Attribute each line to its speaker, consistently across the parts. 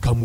Speaker 1: Come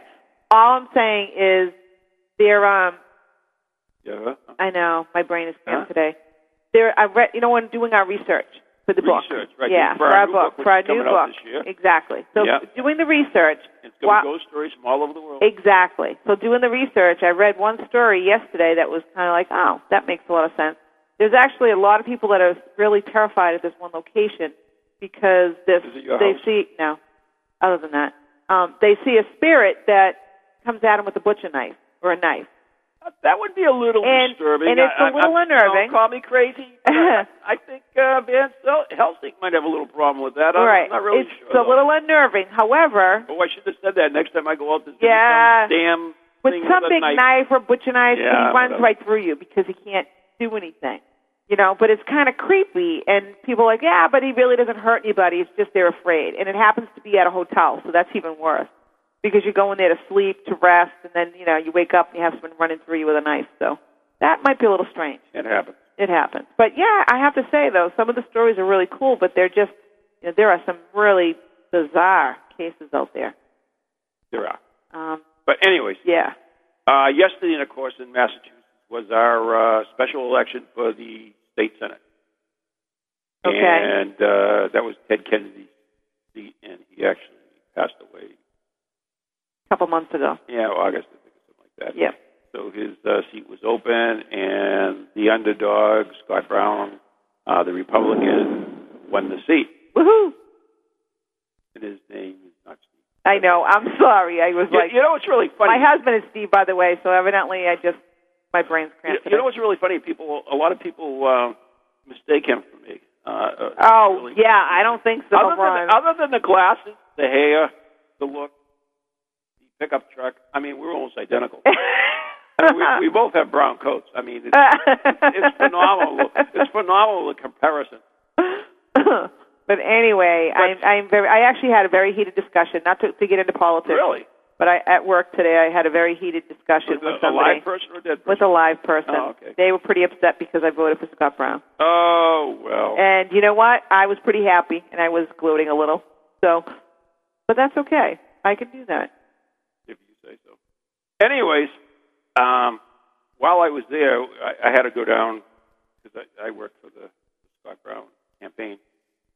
Speaker 2: All I'm saying is there um
Speaker 3: yeah.
Speaker 2: I know my brain is cramped
Speaker 3: Huh?
Speaker 2: today. There I read you know when doing our research for the book.
Speaker 3: Research, right,
Speaker 2: Yeah,
Speaker 3: for our new book, which
Speaker 2: for our
Speaker 3: is
Speaker 2: new
Speaker 3: coming out
Speaker 2: book.
Speaker 3: this year.
Speaker 2: Exactly. So
Speaker 3: Yeah.
Speaker 2: doing the research
Speaker 3: It's going
Speaker 2: why-
Speaker 3: to ghost stories from all over the world.
Speaker 2: Exactly. So doing the research, I read one story yesterday that was kind of like, oh, that makes a lot of sense. There's actually a lot of people that are really terrified at this one location because this
Speaker 3: Is it your
Speaker 2: they
Speaker 3: house?
Speaker 2: see no. Other than that, um, they see a spirit that comes at them with a butcher knife or a knife.
Speaker 3: That would be a little
Speaker 2: And-
Speaker 3: disturbing.
Speaker 2: and it's
Speaker 3: I,
Speaker 2: a little
Speaker 3: I, I,
Speaker 2: unnerving.
Speaker 3: Don't call me crazy. but I, I think uh, Van Sel- Helsing might have a little problem with that. I'm,
Speaker 2: right.
Speaker 3: I'm not really
Speaker 2: it's
Speaker 3: sure.
Speaker 2: a little unnerving. However,
Speaker 3: Oh, I should have said that next time I go out to do
Speaker 2: Yeah.
Speaker 3: some damn
Speaker 2: with
Speaker 3: thing
Speaker 2: some
Speaker 3: with a
Speaker 2: big
Speaker 3: knife.
Speaker 2: knife or butcher knife,
Speaker 3: Yeah,
Speaker 2: he runs
Speaker 3: whatever.
Speaker 2: right through you because he can't do anything. You know, but it's kind of creepy, and people are like, yeah, but he really doesn't hurt anybody. It's just they're afraid, and it happens to be at a hotel, so that's even worse because you go in there to sleep, to rest, and then you know you wake up and you have someone running through you with a knife. So that might be a little strange.
Speaker 3: It happened.
Speaker 2: It happens, but yeah, I have to say though, some of the stories are really cool, but they're just you know, there are some really bizarre cases out there.
Speaker 3: There are.
Speaker 2: Um,
Speaker 3: But anyways,
Speaker 2: yeah.
Speaker 3: uh, yesterday, and of course, in Massachusetts was our uh, special election for the state senate.
Speaker 2: Okay.
Speaker 3: And uh, that was Ted Kennedy's seat, and he actually passed away.
Speaker 2: A couple months ago.
Speaker 3: Yeah, August, I think, or something like that.
Speaker 2: Yeah.
Speaker 3: So his uh, seat was open, and the underdog, Scott Brown, uh, the Republican, won the seat.
Speaker 2: Woohoo!
Speaker 3: And his name is not Steve.
Speaker 2: I know. I'm sorry. I was
Speaker 3: You-
Speaker 2: like,
Speaker 3: you know what's really funny?
Speaker 2: my husband is Steve, by the way. So evidently, I just my brain's
Speaker 3: You,
Speaker 2: cramped.
Speaker 3: you know
Speaker 2: today.
Speaker 3: what's really funny? People, a lot of people uh, mistake him for me. Uh, uh,
Speaker 2: Oh
Speaker 3: really.
Speaker 2: yeah, I don't think so.
Speaker 3: Other
Speaker 2: Ron.
Speaker 3: than, other than the glasses, the hair, the look, the pickup truck. I mean, we're almost identical. I mean, uh, we, we both have brown coats. I mean, it's, it's phenomenal. It's phenomenal the comparison.
Speaker 2: but anyway, I'm, I'm very. I actually had a very heated discussion, not to, to get into politics,
Speaker 3: Really,
Speaker 2: but I at work today I had a very heated discussion
Speaker 3: with
Speaker 2: with
Speaker 3: a, a
Speaker 2: somebody
Speaker 3: live person or dead
Speaker 2: with
Speaker 3: person?
Speaker 2: a live person.
Speaker 3: Oh, okay.
Speaker 2: They were pretty upset because I voted for Scott Brown.
Speaker 3: oh well.
Speaker 2: And you know what? I was pretty happy, and I was gloating a little. So, but that's okay. I can do that.
Speaker 3: if you say so. Anyways, um, while I was there, I, I had to go down because I, I worked for the Scott Brown campaign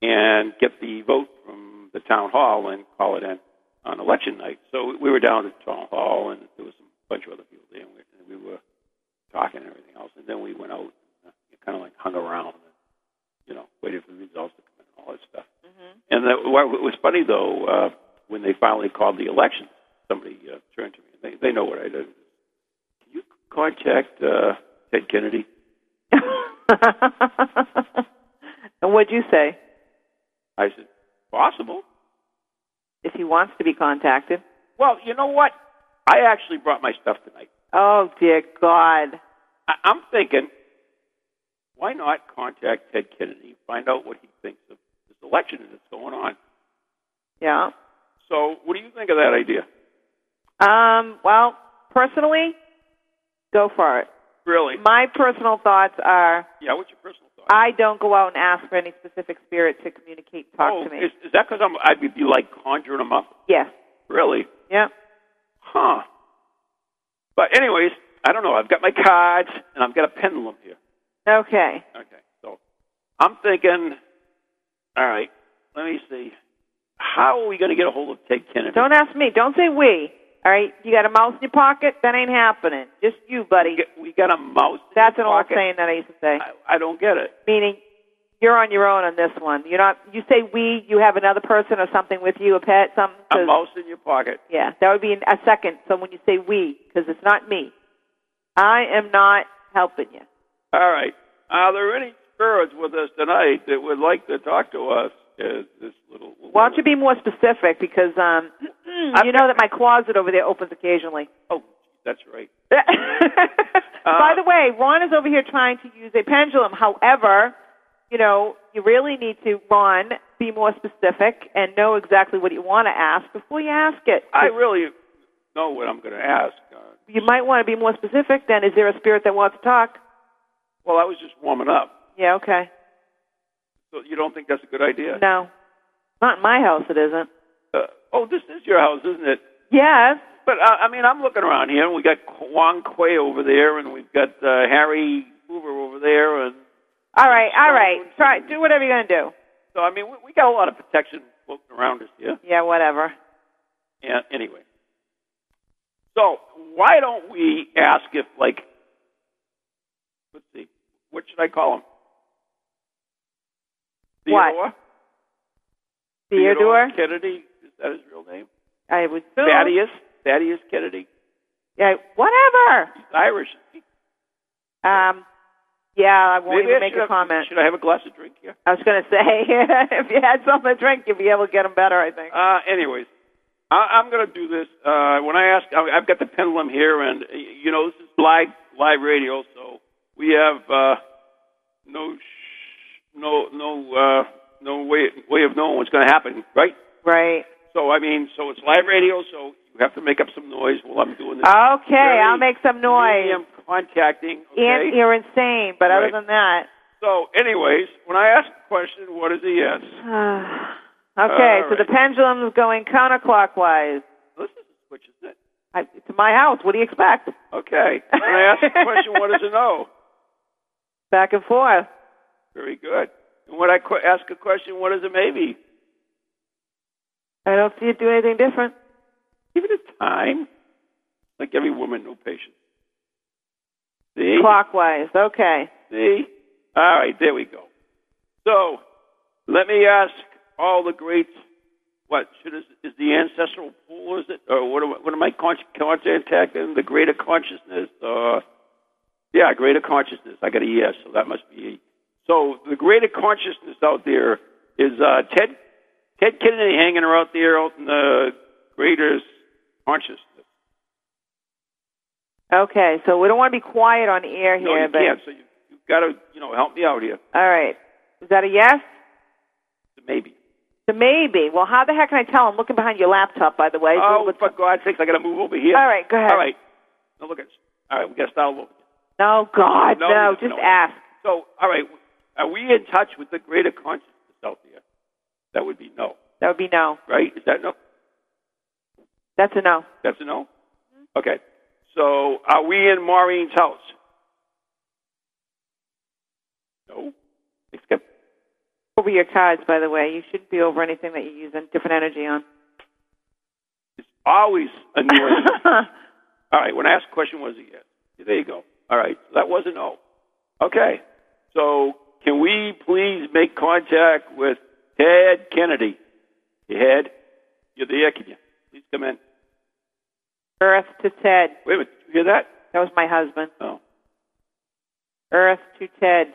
Speaker 3: and get the vote from the town hall and call it in on election night. So we were down at town hall, and there was some bunch of other people there, and we, and we were talking and everything else. And then we went out, and kind of like hung around, and, you know, waited for the results to come in and all that stuff. And that, what was funny though, uh, when they finally called the election, somebody uh, turned to me. They, they know what I did. Can you contact uh, Ted Kennedy?
Speaker 2: and what'd you say?
Speaker 3: I said, possible.
Speaker 2: If he wants to be contacted.
Speaker 3: Well, you know what? I actually brought my stuff tonight.
Speaker 2: Oh dear God.
Speaker 3: I, I'm thinking, why not contact Ted Kennedy, find out what he thinks of this election and that's going on.
Speaker 2: Yeah.
Speaker 3: So, what do you think of that idea?
Speaker 2: Um. Well, personally, go for it.
Speaker 3: Really?
Speaker 2: My personal thoughts are:
Speaker 3: Yeah. What's your personal thought?
Speaker 2: I don't go out and ask for any specific spirit to communicate, and talk
Speaker 3: oh,
Speaker 2: to me.
Speaker 3: is, is that because I'm? I'd be like conjuring him up.
Speaker 2: yes.
Speaker 3: Really?
Speaker 2: Yeah.
Speaker 3: Huh. But anyways, I don't know. I've got my cards and I've got a pendulum here.
Speaker 2: Okay.
Speaker 3: Okay. So I'm thinking, all right, let me see. How are we going to get a hold of Ted Kennedy?
Speaker 2: Don't ask me. Don't say we. All right, you got a mouse in your pocket? That ain't happening. Just you, buddy.
Speaker 3: Get- We got a mouse. in
Speaker 2: That's
Speaker 3: the
Speaker 2: an old
Speaker 3: pocket.
Speaker 2: saying that I used to say.
Speaker 3: I, I don't get it.
Speaker 2: Meaning, you're on your own on this one. You're not. You say we. You have another person or something with you, a pet, something.
Speaker 3: A
Speaker 2: 'cause-
Speaker 3: mouse in your pocket.
Speaker 2: Yeah, that would be a second. So when you say we, because it's not me, I am not helping you.
Speaker 3: All right. Are there any spirits with us tonight that would like to talk to us? Is this little?
Speaker 2: Why don't you be more specific? Because um, you know that my closet over there opens occasionally.
Speaker 3: Oh, that's right.
Speaker 2: By the way, Ron is over here trying to use a pendulum. However, you know, you really need to, Ron, be more specific and know exactly what you want to ask before you ask it.
Speaker 3: I really know what I'm going to ask. Uh,
Speaker 2: you might want to be more specific then. Is there a spirit that wants to talk?
Speaker 3: well, I was just warming up.
Speaker 2: Yeah, okay.
Speaker 3: So you don't think that's a good idea?
Speaker 2: No. Not in my house, it isn't.
Speaker 3: Uh, oh, this is your house, isn't it?
Speaker 2: Yes.
Speaker 3: But uh, I mean, I'm looking around here, and we got Kwon Kwe over there, and we've got uh, Harry Hoover over there, and
Speaker 2: All right, all right. Try, do whatever you're going to do.
Speaker 3: so I mean, we, we got a lot of protection floating around us here.
Speaker 2: Yeah, whatever.
Speaker 3: And anyway, so why don't we ask if, like, let's see, what should I call him?
Speaker 2: What?
Speaker 3: Theodore?
Speaker 2: Theodore?
Speaker 3: Kennedy. Is that his real name?
Speaker 2: I would assume.
Speaker 3: Thaddeus. Thaddeus Kennedy.
Speaker 2: Yeah, whatever.
Speaker 3: He's Irish.
Speaker 2: Um, yeah, I won't
Speaker 3: Maybe I
Speaker 2: even make
Speaker 3: should
Speaker 2: a
Speaker 3: have-
Speaker 2: comment.
Speaker 3: Should I have a glass of drink here?
Speaker 2: I was going to say, if you had something to drink, you'd be able to get them better, I think.
Speaker 3: Uh, anyways, I, I'm going to do this. Uh, when I ask, I, I've got the pendulum here, and uh, you know this is live live radio, so we have uh, no sh- no no uh, no way way of knowing what's going to happen, right?
Speaker 2: Right.
Speaker 3: So I mean, so it's live radio, so you have to make up some noise while I'm doing this.
Speaker 2: Okay,
Speaker 3: Very
Speaker 2: I'll make some noise.
Speaker 3: medium contacting. Okay?
Speaker 2: And you're insane, but
Speaker 3: Right.
Speaker 2: other than that.
Speaker 3: so, anyways, when I ask a question, what is a yes?
Speaker 2: okay,
Speaker 3: All
Speaker 2: so the
Speaker 3: right.
Speaker 2: pendulum's going counterclockwise.
Speaker 3: This is a switch, isn't it?
Speaker 2: I, to my house, what do you expect?
Speaker 3: Okay. When I ask a question, what is a no?
Speaker 2: Back and forth.
Speaker 3: Very good. And when I qu- ask a question, what is a maybe?
Speaker 2: I don't see it do anything different.
Speaker 3: Give it a time. Like every woman, no patience. See?
Speaker 2: Clockwise, okay.
Speaker 3: See? All right, there we go. So, let me ask all the greats. What should is, is the ancestral pool? Is it or what? Am, I- what am I con- contacting? The greater consciousness? Uh, yeah, greater consciousness. I got a yes, so that must be. So the greater consciousness out there is uh, Ted Ted Kennedy hanging around there out in the greater consciousness.
Speaker 2: Okay, so we don't want to be quiet on air
Speaker 3: no,
Speaker 2: here,
Speaker 3: you
Speaker 2: but
Speaker 3: can't. So you, you've got to you know help me out here.
Speaker 2: all right. Is that a yes?
Speaker 3: Maybe.
Speaker 2: So maybe. Well, how the heck can I tell? I'm looking behind your laptop, by the way. It's a
Speaker 3: Oh,
Speaker 2: little bit-
Speaker 3: for God's sakes, I got to move over here.
Speaker 2: All right, go ahead.
Speaker 3: All right. Now look at this. All right, we got to start over.
Speaker 2: No, God,
Speaker 3: No,
Speaker 2: no.
Speaker 3: no,
Speaker 2: just
Speaker 3: no.
Speaker 2: ask.
Speaker 3: So, all right, are we in touch with the greater consciousness out there? That would be no,
Speaker 2: That would be no.
Speaker 3: right? Is that no?
Speaker 2: That's a no.
Speaker 3: That's a no?
Speaker 2: Mm-hmm.
Speaker 3: Okay. So, are we in Maureen's house? No. Except,
Speaker 2: Over your cards, by the way. You shouldn't be over anything that you're using different energy on.
Speaker 3: it's always a no. All right, when I asked the question, was it yes? There you go. All right, that was a no. Okay, so can we please make contact with Ted Kennedy? Ted, you're there, can you? Please come in.
Speaker 2: Earth to Ted.
Speaker 3: Wait a minute, did you hear that?
Speaker 2: That was my husband.
Speaker 3: Oh,
Speaker 2: Earth to Ted.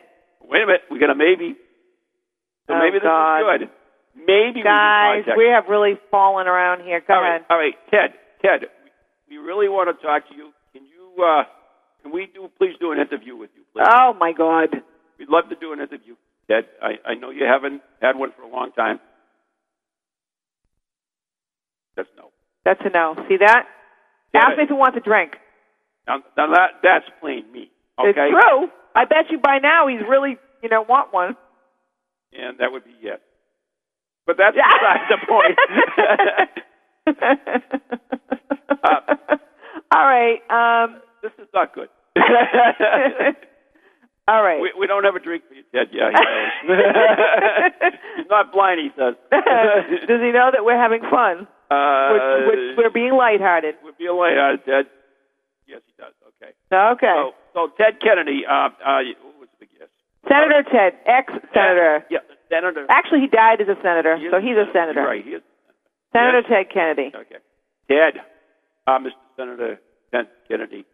Speaker 3: wait a minute, we got a maybe. So
Speaker 2: Oh,
Speaker 3: maybe this
Speaker 2: God.
Speaker 3: is good. Maybe
Speaker 2: Guys,
Speaker 3: we can contact.
Speaker 2: we have really fallen around here. Go
Speaker 3: all right,
Speaker 2: ahead.
Speaker 3: all right, Ted, Ted, we we really want to talk to you. Can you, uh, can we do, please do an interview with you, please?
Speaker 2: Oh, my God.
Speaker 3: We'd love to do an interview, Ted. I, I know you haven't had one for a long time. That's no.
Speaker 2: That's a no. See that?
Speaker 3: Yeah,
Speaker 2: ask me if you want to drink.
Speaker 3: Now, now that, that's plain me. Okay?
Speaker 2: It's true. I bet you by now he's really, you know, want one.
Speaker 3: And that would be yes. But that's besides the point.
Speaker 2: All right. Um,
Speaker 3: this is not good.
Speaker 2: All right.
Speaker 3: We, we don't have a drink for you, Ted. Yeah, he knows. He's not blind, he says.
Speaker 2: Does he know that we're having fun?
Speaker 3: Uh,
Speaker 2: We're, we're, we're being lighthearted.
Speaker 3: would be a lighthearted, Ted. Yes, he does. Okay.
Speaker 2: Okay.
Speaker 3: So, so Ted Kennedy, uh, uh, what was the big yes?
Speaker 2: Senator Ted, ex senator.
Speaker 3: Yeah, Senator.
Speaker 2: Actually, he died as a senator,
Speaker 3: He is
Speaker 2: so he's a
Speaker 3: You're
Speaker 2: senator.
Speaker 3: Right. He is.
Speaker 2: Senator
Speaker 3: Yes.
Speaker 2: Ted Kennedy.
Speaker 3: Okay. Ted, uh, Mr. Senator Ted Kennedy.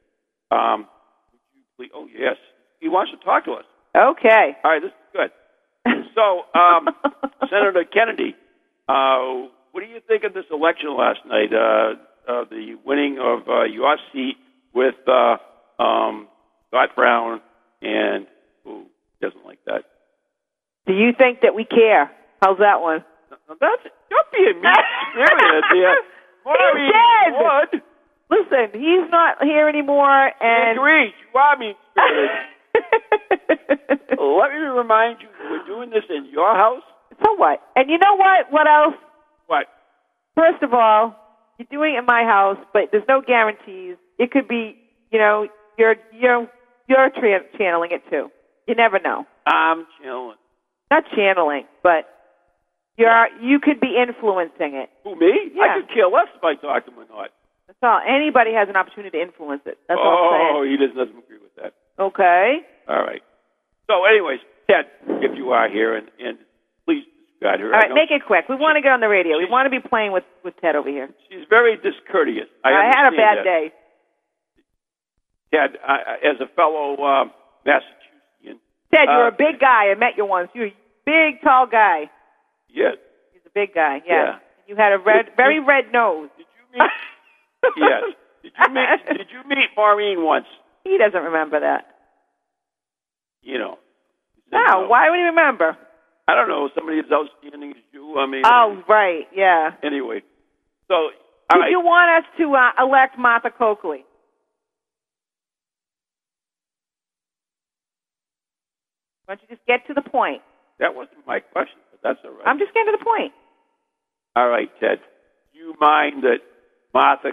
Speaker 3: Um, would you please, oh yes, he wants to talk to us.
Speaker 2: Okay.
Speaker 3: All right, this is good. So, um, Senator Kennedy, uh, what do you think of this election last night? Uh, uh, the winning of uh, your seat with uh, um, Scott Brown and who doesn't like that?
Speaker 2: Do you think that we care? How's that one?
Speaker 3: Now that's don't be a mean spirit, dear. Maureen
Speaker 2: dead.
Speaker 3: Wood.
Speaker 2: Listen, he's not here anymore, and
Speaker 3: Agreed. You are mean spirited. Let me remind you, we're doing this in your house.
Speaker 2: so what? And you know what? What else?
Speaker 3: What?
Speaker 2: First of all, you're doing it in my house, but there's no guarantees. It could be, you know, you're you're you're tra- channeling it too. You never know.
Speaker 3: I'm chilling.
Speaker 2: Not channeling, but you're you could be influencing it.
Speaker 3: Who me?
Speaker 2: Yeah.
Speaker 3: I could care less if I talk to him or not.
Speaker 2: That's all. Anybody has an opportunity to influence it. That's all
Speaker 3: oh, he just doesn't agree with that.
Speaker 2: I'm saying. Okay.
Speaker 3: All right. So, anyways, Ted, if you are here, and, and please describe her.
Speaker 2: All right, make it quick. We want to get on the radio. We want to be playing with with Ted over here.
Speaker 3: She's very discourteous. I,
Speaker 2: had a
Speaker 3: understand
Speaker 2: bad
Speaker 3: that.
Speaker 2: day.
Speaker 3: Ted, I, I- as a fellow um, Massachusettsian,
Speaker 2: Ted, you're
Speaker 3: Uh,
Speaker 2: a big guy. I met you once. You're a big, tall guy.
Speaker 3: yes.
Speaker 2: He's a big guy.
Speaker 3: Yeah.
Speaker 2: Yeah. You had a red,
Speaker 3: Did-
Speaker 2: very
Speaker 3: did-
Speaker 2: red nose.
Speaker 3: Did you meet? yes. Did you meet? Did you meet Maureen once?
Speaker 2: He doesn't remember that.
Speaker 3: You know. You said
Speaker 2: No, why would he remember?
Speaker 3: I don't know. Somebody as outstanding as you. I mean.
Speaker 2: Oh, right. Yeah.
Speaker 3: Anyway, so all
Speaker 2: Did
Speaker 3: right.
Speaker 2: you want us to uh, elect Martha Coakley? Why don't you just get to the point?
Speaker 3: that wasn't my question, but that's all right.
Speaker 2: I'm just getting to the point.
Speaker 3: All right, Ted. Do you mind that Martha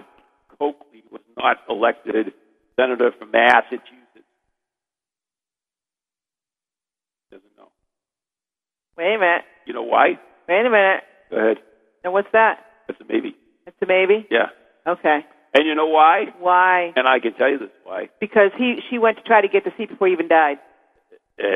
Speaker 3: Coakley was not elected senator from Massachusetts? Doesn't know.
Speaker 2: Wait a minute.
Speaker 3: You know why?
Speaker 2: Wait a minute.
Speaker 3: Go ahead.
Speaker 2: Now, what's that?
Speaker 3: That's a maybe.
Speaker 2: It's a baby?
Speaker 3: Yeah.
Speaker 2: Okay.
Speaker 3: And you know why?
Speaker 2: Why?
Speaker 3: And I can tell you this why.
Speaker 2: Because he she went to try to get the seat before he even died.
Speaker 3: you
Speaker 2: You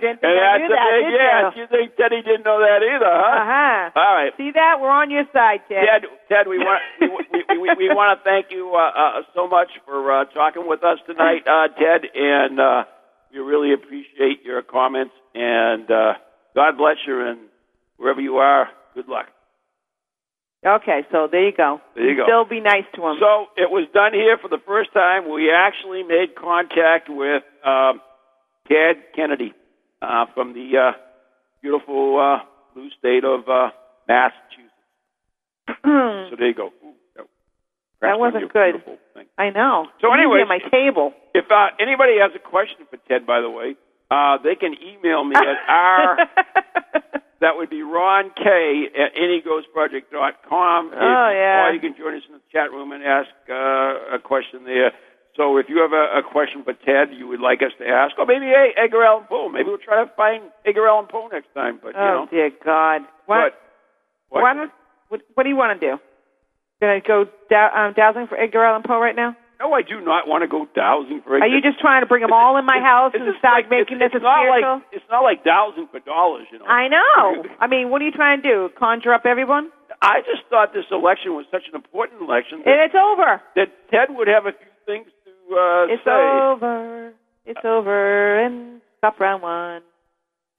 Speaker 2: didn't think
Speaker 3: and
Speaker 2: I
Speaker 3: that's a
Speaker 2: knew that,
Speaker 3: big
Speaker 2: did
Speaker 3: yes.
Speaker 2: you?
Speaker 3: think Teddy didn't know that either, huh?
Speaker 2: Uh huh.
Speaker 3: All right.
Speaker 2: See that? We're on your side, Ted.
Speaker 3: Ted, Ted, we want we, we, we, we want to thank you uh, uh, so much for uh, talking with us tonight, uh, Ted, and uh, we really appreciate your comments. And uh, God bless you, and wherever you are, good luck.
Speaker 2: Okay, so there you go.
Speaker 3: There you go.
Speaker 2: Still be nice to him.
Speaker 3: So it was done here for the first time. We actually made contact with um, Ted Kennedy uh, from the uh, beautiful uh, blue state of uh, Massachusetts. So there you go. Ooh, that crashed on
Speaker 2: wasn't
Speaker 3: your
Speaker 2: good.
Speaker 3: beautiful thing.
Speaker 2: I know.
Speaker 3: So
Speaker 2: You can
Speaker 3: anyways-
Speaker 2: be on my table.
Speaker 3: If uh, anybody has a question for Ted, by the way, uh, they can email me at r. That would be Ron K at anyghostproject.com.
Speaker 2: Oh, yeah.
Speaker 3: Or you can join us in the chat room and ask uh, a question there. So if you have a, a question for Ted you would like us to ask, or maybe hey, Edgar Allan Poe. Maybe we'll try to find Edgar Allan Poe next time. But, you
Speaker 2: oh
Speaker 3: know.
Speaker 2: dear God. What?
Speaker 3: But,
Speaker 2: Why don't, what? What do you want to do? Gonna go dou- um, dowsing for Edgar Allan Poe right now?
Speaker 3: No, I do not want to go dowsing for
Speaker 2: Are you just trying to bring them all in my house
Speaker 3: it's,
Speaker 2: and
Speaker 3: just
Speaker 2: start
Speaker 3: like,
Speaker 2: making
Speaker 3: it's,
Speaker 2: this
Speaker 3: it's
Speaker 2: a
Speaker 3: not
Speaker 2: spiritual?
Speaker 3: like It's not like dowsing for dollars, you know.
Speaker 2: I know. I mean, what are you trying to do? Conjure up everyone?
Speaker 3: I just thought this election was such an important election
Speaker 2: And
Speaker 3: that,
Speaker 2: it's over.
Speaker 3: that Ted would have a few things to uh,
Speaker 2: It's
Speaker 3: say.
Speaker 2: over. It's over. And stop round one.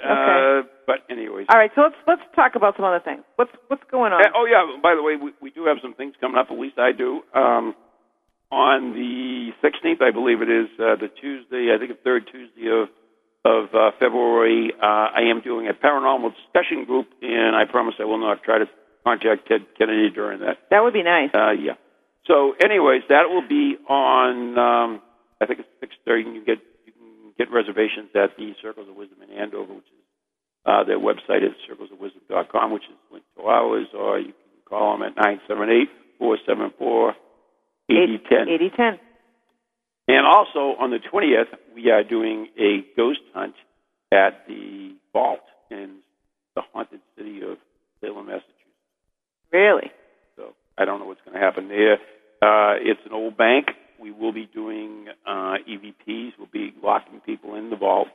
Speaker 3: Uh, but anyways,
Speaker 2: All right, so let's let's talk about some other things. What's what's going on?
Speaker 3: Uh, oh yeah. By the way, we, we do have some things coming up. At least I do. Um, on the 16th, I believe it is uh, the Tuesday. I think the third Tuesday of of uh, February. Uh, I am doing a paranormal discussion group, and I promise I will not try to contact Ted Kennedy during that.
Speaker 2: That would be nice.
Speaker 3: Uh, yeah. So, anyways, that will be on. Um, I think it's six thirty. You can get you can get reservations at the Circles of Wisdom in Andover, which is uh, their website is circlesofwisdom.com, which is linked to ours, or you can call them at nine seven eight four seven four eighty ten.
Speaker 2: Eighty ten.
Speaker 3: And also on the 20th, we are doing a ghost hunt at the vault in the haunted city of Salem, Massachusetts.
Speaker 2: Really?
Speaker 3: So I don't know what's going to happen there. Uh, it's an old bank. We will be doing uh, EVPs. We'll be locking people in the vault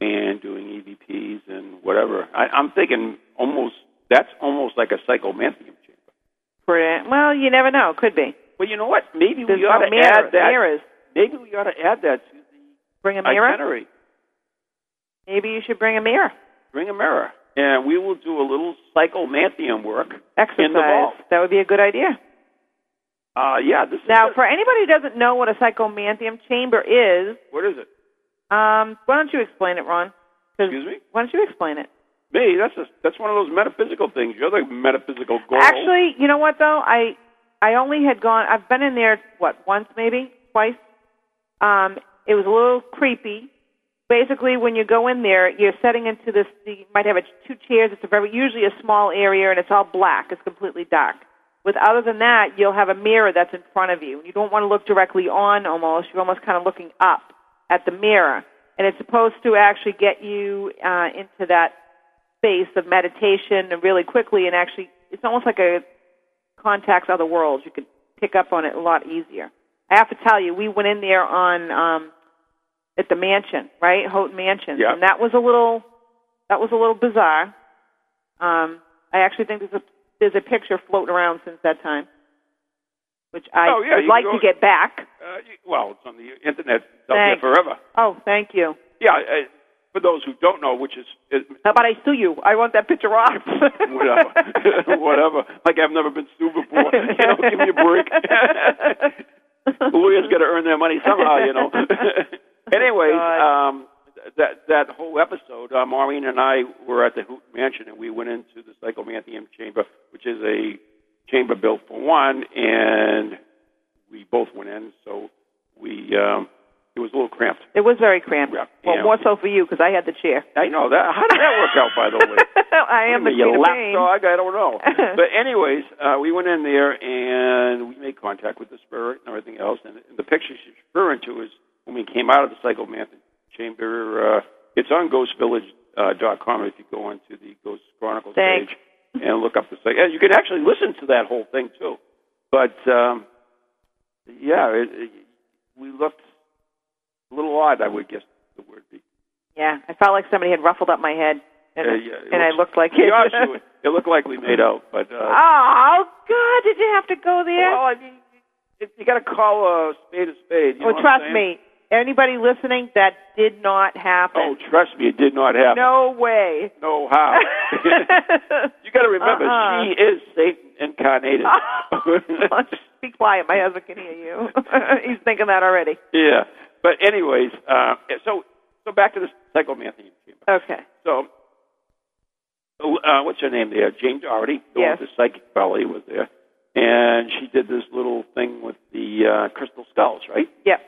Speaker 3: and doing EVPs and whatever. I, I'm thinking almost that's almost like a psychomanthium chamber.
Speaker 2: Brilliant. Well, you never know. Could be.
Speaker 3: Well, you know what? Maybe
Speaker 2: There's
Speaker 3: we ought
Speaker 2: no
Speaker 3: to
Speaker 2: mirror,
Speaker 3: add that.
Speaker 2: mirrors.
Speaker 3: Maybe we ought to add that to
Speaker 2: Bring a
Speaker 3: the
Speaker 2: mirror.
Speaker 3: itinerary.
Speaker 2: Maybe you should bring a mirror.
Speaker 3: Bring a mirror, and we will do a little psychomanthium work
Speaker 2: Exercise.
Speaker 3: in the vault.
Speaker 2: That would be a good idea.
Speaker 3: Uh, yeah, this
Speaker 2: Now,
Speaker 3: is
Speaker 2: for anybody who doesn't know what a psychomanthium chamber is,
Speaker 3: what is it?
Speaker 2: um, why don't you explain it, Ron? 'Cause-
Speaker 3: Excuse me?
Speaker 2: Why don't you explain it?
Speaker 3: Me, that's a, that's one of those metaphysical things. You're the metaphysical goal.
Speaker 2: Actually, you know what though? I I only had gone. I've been in there what once, maybe twice. Um, it was a little creepy. Basically, when you go in there, you're setting into this. You might have a, two chairs. It's a very usually a small area, and it's all black. It's completely dark. With other than that, you'll have a mirror that's in front of you. You don't want to look directly on. Almost, you're almost kind of looking up at the mirror, and it's supposed to actually get you uh, into that space of meditation and really quickly and actually it's almost like a contacts other worlds you could pick up on it a lot easier i have to tell you we went in there on um at the mansion right houghton mansion
Speaker 3: Yeah.
Speaker 2: and that was a little that was a little bizarre um i actually think there's a there's a picture floating around since that time which i
Speaker 3: Oh, yeah,
Speaker 2: would
Speaker 3: you
Speaker 2: like
Speaker 3: go-
Speaker 2: to get back
Speaker 3: Uh, you- well, it's on the internet. It's out there
Speaker 2: Thanks.
Speaker 3: forever.
Speaker 2: oh thank you
Speaker 3: Yeah, uh, for those who don't know, which is, is
Speaker 2: how about i sue you i want that picture off
Speaker 3: whatever, whatever. Like I've never been sued before. you know, give me a break. Lawyers got to earn their money somehow, you know. Anyways,
Speaker 2: God.
Speaker 3: um, that that whole episode, uh, Maureen and I were at the Hoot Mansion, and we went into the psychomanthium chamber, which is a chamber built for one, and we both went in. So we um, it was a little cramped.
Speaker 2: It was very cramped.
Speaker 3: Yeah,
Speaker 2: well,
Speaker 3: yeah.
Speaker 2: more so for you because I had the chair.
Speaker 3: I know that. How did that work out, by the way?
Speaker 2: I am the
Speaker 3: Wait a minute,
Speaker 2: queen
Speaker 3: you
Speaker 2: of pain.
Speaker 3: lapdog? I don't know. but anyways, uh, we went in there and we made contact with the spirit and everything else. And, and the picture she's referring to is when we came out of the psychomanthic chamber. Uh, it's on ghostvillage.com uh, .com if you go onto the Ghost Chronicles
Speaker 2: Thanks.
Speaker 3: page and look up the site. And you can actually listen to that whole thing too. But um, yeah, it, it, we looked a little odd. I would guess the word be.
Speaker 2: Yeah, I felt like somebody had ruffled up my head, and,
Speaker 3: Uh, yeah, it
Speaker 2: and I
Speaker 3: looks-
Speaker 2: looked like
Speaker 3: to be
Speaker 2: it.
Speaker 3: honest with you, it looked like we made out, but uh,
Speaker 2: oh God! Did you have to go there? Oh,
Speaker 3: Well, I mean, if you got to call a spade a spade. You know
Speaker 2: well,
Speaker 3: what
Speaker 2: Oh, trust
Speaker 3: I'm saying?
Speaker 2: me. Anybody listening, that did not happen.
Speaker 3: Oh, trust me, it did not happen.
Speaker 2: no way.
Speaker 3: No how. you got to remember,
Speaker 2: Uh-uh.
Speaker 3: she is Satan incarnated.
Speaker 2: Be quiet. My husband can hear you. He's thinking that already.
Speaker 3: yeah. But anyways, uh, so so back to the psychomanthium chamber.
Speaker 2: Okay.
Speaker 3: So, uh, what's her name there? Jane Doherty, the
Speaker 2: Yes.
Speaker 3: one with the psychic belly was there, and she did this little thing with the uh, crystal skulls, right?
Speaker 2: Yep.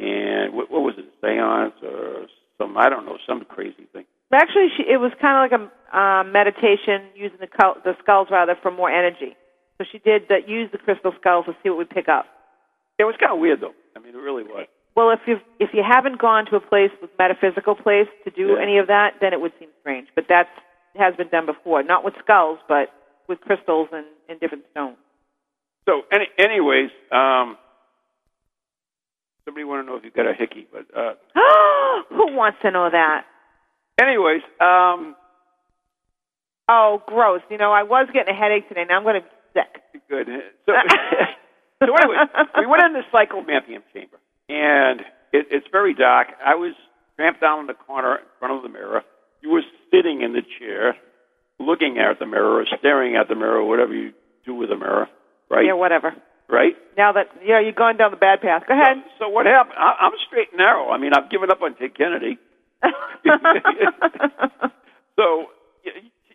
Speaker 3: and what, what was it, a seance or some, I don't know, some crazy thing.
Speaker 2: Actually, she, it was kind of like a um, meditation using the, cul- the skulls rather for more energy. So she did the, use the crystal skulls to see what we pick up.
Speaker 3: It was kind of weird, though. I mean, it really was.
Speaker 2: Well, if you if you haven't gone to a place with metaphysical place to do
Speaker 3: Yeah.
Speaker 2: any of that, then it would seem strange. But that has been done before, not with skulls, but with crystals and, and different stones.
Speaker 3: So, any, anyways, um, somebody want to know if you got a hickey, but uh,
Speaker 2: Who wants to know that?
Speaker 3: anyways, um,
Speaker 2: Oh, gross! You know, I was getting a headache today. Now I'm going to be sick.
Speaker 3: good. So, so anyway, we went in the psychomanthium chamber, and it, it's very dark. I was cramped down in the corner in front of the mirror. You were sitting in the chair, looking at the mirror, or staring at the mirror, whatever you do with a mirror, right?
Speaker 2: Yeah, whatever.
Speaker 3: Right?
Speaker 2: Now that yeah, you're going down the bad path. Go ahead.
Speaker 3: So, so what happened? I, I'm straight and narrow. I mean, I've given up on Ted Kennedy. So you,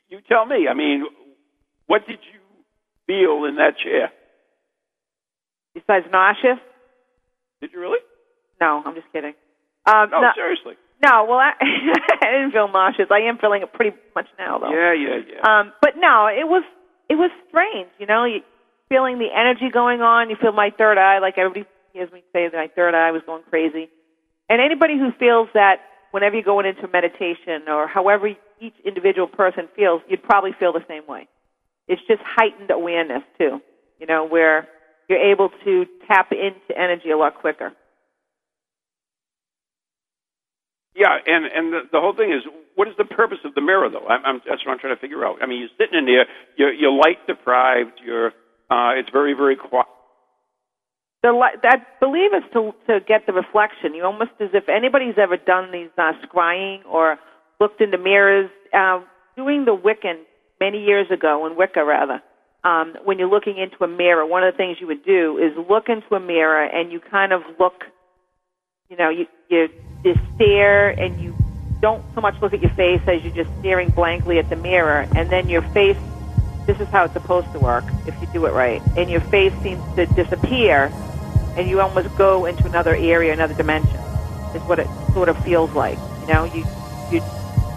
Speaker 3: you tell me. I mean, what did you feel in that chair?
Speaker 2: Besides nauseous?
Speaker 3: Did you really?
Speaker 2: No, I'm just kidding. Um,
Speaker 3: No,
Speaker 2: no,
Speaker 3: seriously.
Speaker 2: no, well, I, I didn't feel nauseous. I am feeling it pretty much now, though.
Speaker 3: Yeah, yeah, yeah.
Speaker 2: Um, but no, it was it was strange. You know, you feeling the energy going on. You feel my third eye, like everybody, hears me say that my third eye was going crazy. And anybody who feels that whenever you're going into meditation or however each individual person feels, you'd probably feel the same way. It's just heightened awareness too, you know, where you're able to tap into energy a lot quicker.
Speaker 3: Yeah, and and the, the whole thing is, what is the purpose of the mirror, though? I'm, I'm, that's what I'm trying to figure out. I mean, you're sitting in there, you're, you're light deprived, you're uh, it's very very quiet.
Speaker 2: The li- I believe it's to to get the reflection. You almost as if anybody's ever done these uh, scrying or looked into mirrors. Um, doing the Wiccan many years ago in Wicca rather, um, when you're looking into a mirror, one of the things you would do is look into a mirror and you kind of look you know, you, you you stare and you don't so much look at your face as you're just staring blankly at the mirror, and then your face. This is how it's supposed to work if you do it right. And your face seems to disappear, and you almost go into another area, another dimension. Is what it sort of feels like. You know, you you're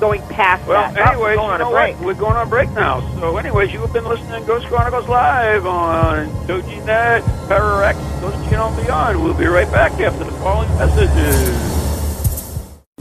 Speaker 2: going past
Speaker 3: Well,
Speaker 2: that. Oh, we're
Speaker 3: anyways,
Speaker 2: going
Speaker 3: you
Speaker 2: on
Speaker 3: know
Speaker 2: a break.
Speaker 3: what? We're going on break now. So, anyways, you have been listening to Ghost Chronicles Live on TojiNet, PowerX, Ghost Channel, and Beyond. We'll be right back after the following messages.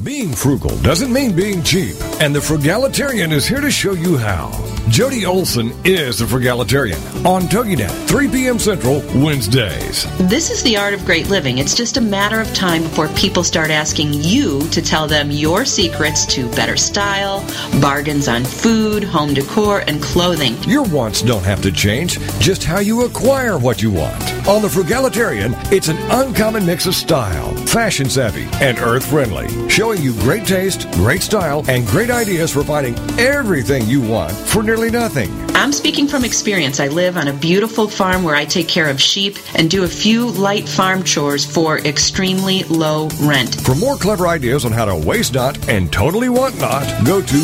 Speaker 4: Being frugal doesn't mean being cheap, and the frugalitarian is here to show you how. Jody Olson is the frugalitarian on TogiNet, 3 p.m. Central, Wednesdays.
Speaker 5: This is the art of great living. It's just a matter of time before people start asking you to tell them your secrets to better style, bargains on food, home decor, and clothing.
Speaker 4: Your wants don't have to change, just how you acquire what you want. On the Frugalitarian, it's an uncommon mix of style, fashion savvy, and earth friendly, showing you great taste, great style, and great ideas for finding everything you want for nearly nothing.
Speaker 5: I'm speaking from experience. I live on a beautiful farm where I take care of sheep and do a few light farm chores for extremely low rent.
Speaker 4: For more clever ideas on how to waste not and totally want not, go to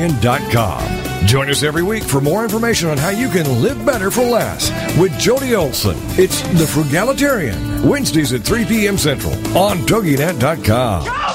Speaker 4: thefrugalitarian.com. Join us every week for more information on how you can live better for less with Jody Olson. It's The Frugalitarian, Wednesdays at 3 p.m. Central on TogiNet.com.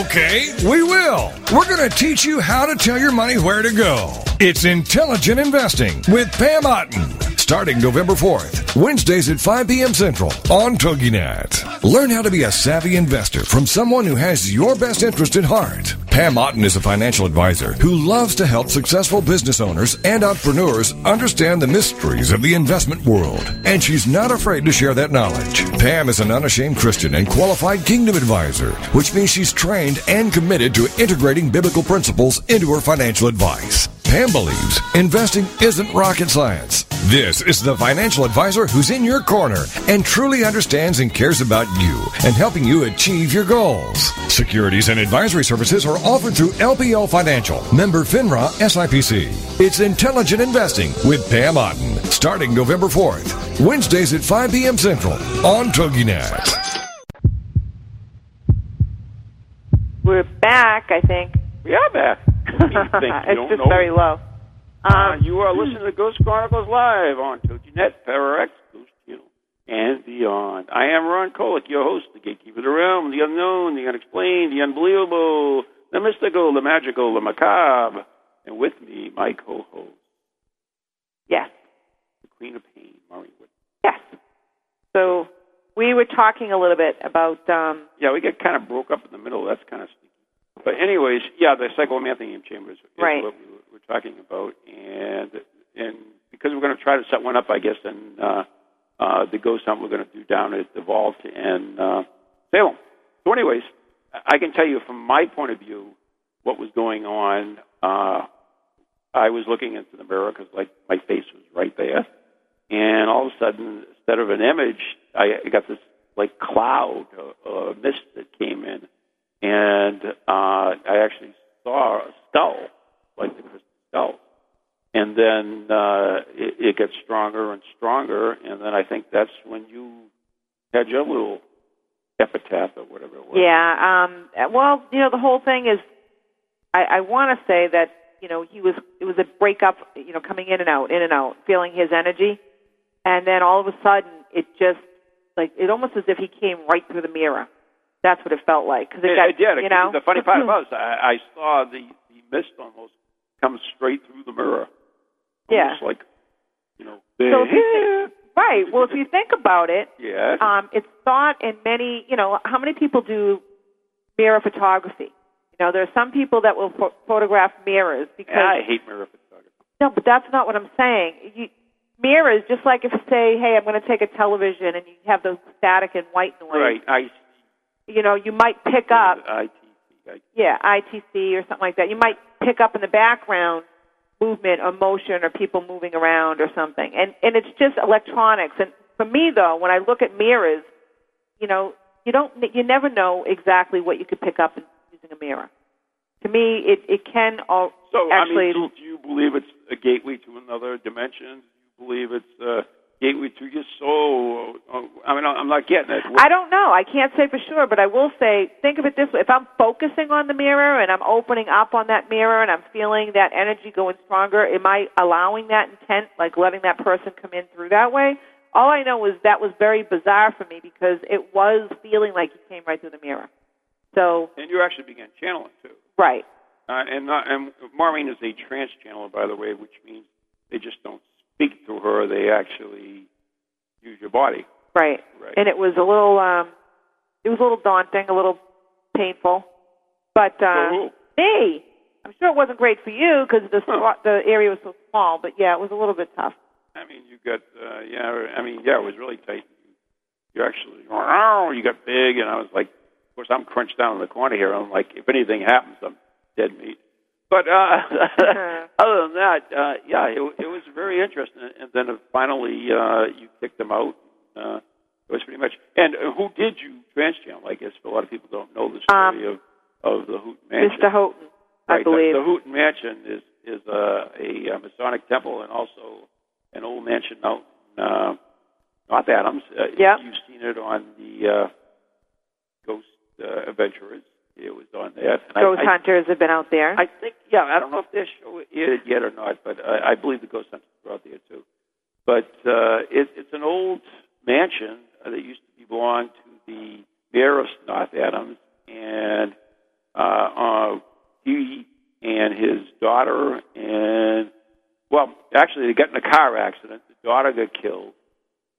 Speaker 4: Okay, we will. We're going to teach you how to tell your money where to go. It's Intelligent Investing with Pam Otten. Starting November 4th, Wednesdays at 5 p.m. Central on TogiNet. Learn how to be a savvy investor from someone who has your best interest at heart. Pam Otten is a financial advisor who loves to help successful business owners and entrepreneurs understand the mysteries of the investment world. And she's not afraid to share that knowledge. Pam is an unashamed Christian and qualified kingdom advisor, which means she's trained and committed to integrating biblical principles into her financial advice. Pam believes investing isn't rocket science. This is the financial advisor who's in your corner and truly understands and cares about you and helping you achieve your goals. Securities and advisory services are offered through LPL Financial, member FINRA SIPC. It's intelligent investing with Pam Otten, starting November 4th, Wednesdays at 5 p.m. Central on TogiNet.
Speaker 2: We're back, I think.
Speaker 3: We are back. What do you think? You
Speaker 2: it's
Speaker 3: don't
Speaker 2: just
Speaker 3: know?
Speaker 2: very low. Um,
Speaker 3: Uh, you are listening to Ghost Chronicles Live on TojiNet, PowerX, Ghost Channel, and beyond. I am Ron Kolick, your host, the gatekeeper of the realm, the unknown, the unexplained, the unbelievable, the mystical, the magical, the macabre. And with me, my co-host,
Speaker 2: Yes.
Speaker 3: the Queen of Pain, Mari Wood.
Speaker 2: Yes. So we were talking a little bit about um,
Speaker 3: Yeah, we get kind of broke up in the middle. That's kind of sneaky. But anyways, yeah, the psychoamanthium chambers is
Speaker 2: Right.
Speaker 3: what we were- were talking about, and and because we're going to try to set one up, I guess, and uh, uh, the ghost hunt we're going to do down at the vault in uh, Salem. So, anyways, I I can tell you from my point of view what was going on. Uh, I was looking into the mirror because like my face was right there, and all of a sudden, instead of an image, I I got this like cloud or, or mist that came in, and uh, I actually saw a skull, like the crystal skull, and then uh, it, it gets stronger and stronger, and then I think that's when you had your little epitaph or whatever it was.
Speaker 2: Yeah. Um, well, you know, the whole thing is, I, I want to say that you know he was it was a breakup, you know, coming in and out, in and out, feeling his energy, and then all of a sudden it just like it almost as if he came right through the mirror. That's what it felt like because it,
Speaker 3: It,
Speaker 2: got
Speaker 3: it did.
Speaker 2: you know
Speaker 3: the funny part was I, I saw the, the mist almost come straight through the mirror.
Speaker 2: Yeah.
Speaker 3: Almost like, you know,
Speaker 2: So if you
Speaker 3: "They're
Speaker 2: think-
Speaker 3: here."
Speaker 2: Right. Well, if you think about it,
Speaker 3: Yes.
Speaker 2: um, it's thought in many, you know, how many people do mirror photography? You know, there are some people that will pho- photograph mirrors because
Speaker 3: I hate mirror photography.
Speaker 2: no, but that's not what I'm saying. You, mirrors, just like if you say, hey, I'm going to take a television and you have the static and white noise,
Speaker 3: Right. I
Speaker 2: you know, you might pick up
Speaker 3: I T I
Speaker 2: yeah, ITC or something like that. You might pick up in the background movement or motion or people moving around or something. And and it's just electronics. And for me though, when I look at mirrors, you know, you don't you never know exactly what you could pick up in using a mirror. To me, it it can all
Speaker 3: So
Speaker 2: actually
Speaker 3: I mean, do, do you believe it's a gateway to another dimension? Do you believe it's a gateway to your soul? Oh, I mean, I'm not getting it.
Speaker 2: I don't know. I can't say for sure, but I will say, think of it this way. If I'm focusing on the mirror and I'm opening up on that mirror and I'm feeling that energy going stronger, am I allowing that intent, like letting that person come in through that way? All I know is that was very bizarre for me because it was feeling like you came right through the mirror. So,
Speaker 3: and you actually began channeling too.
Speaker 2: right.
Speaker 3: Uh, and not, and Maureen is a trance channeler, by the way, which means they just don't speak through her; they actually use your body.
Speaker 2: Right.
Speaker 3: Right.
Speaker 2: And it was a little um it was a little daunting, a little painful. But uh
Speaker 3: who?
Speaker 2: me, I'm sure it wasn't great for you cuz the
Speaker 3: Huh.
Speaker 2: swa- the area was so small, but yeah, it was a little bit tough.
Speaker 3: I mean, you got uh, yeah. I mean, yeah, it was really tight. You actually, "Wow," you got big, and I was like, of course, I'm crunched down in the corner here. I'm like, if anything happens, I'm dead meat. But uh, other than that, uh, yeah, it, it was very interesting. And then finally, uh, you kicked them out. Uh, it was pretty much. And uh, who did you trans channel? I guess a lot of people don't know the story of of the Hoot Mansion.
Speaker 2: Mr. Houghton, I
Speaker 3: Right, the-
Speaker 2: believe.
Speaker 3: The, Hooten Mansion is is uh, a, uh Masonic temple and also an old mansion out in uh, North Adams. Uh,
Speaker 2: Yeah.
Speaker 3: You've seen it on the uh, Ghost uh, Adventurers. It was on there. And I-
Speaker 2: Ghost
Speaker 3: I,
Speaker 2: hunters have been out there.
Speaker 3: I think, yeah, I don't know if they're showing it yet or not, but I, I believe the ghost hunters were out there too. But uh, it, it's an old mansion that used to belong to the mayor of North Adams, and uh, uh, he and his daughter, and well, actually, they got in a car accident. The daughter got killed,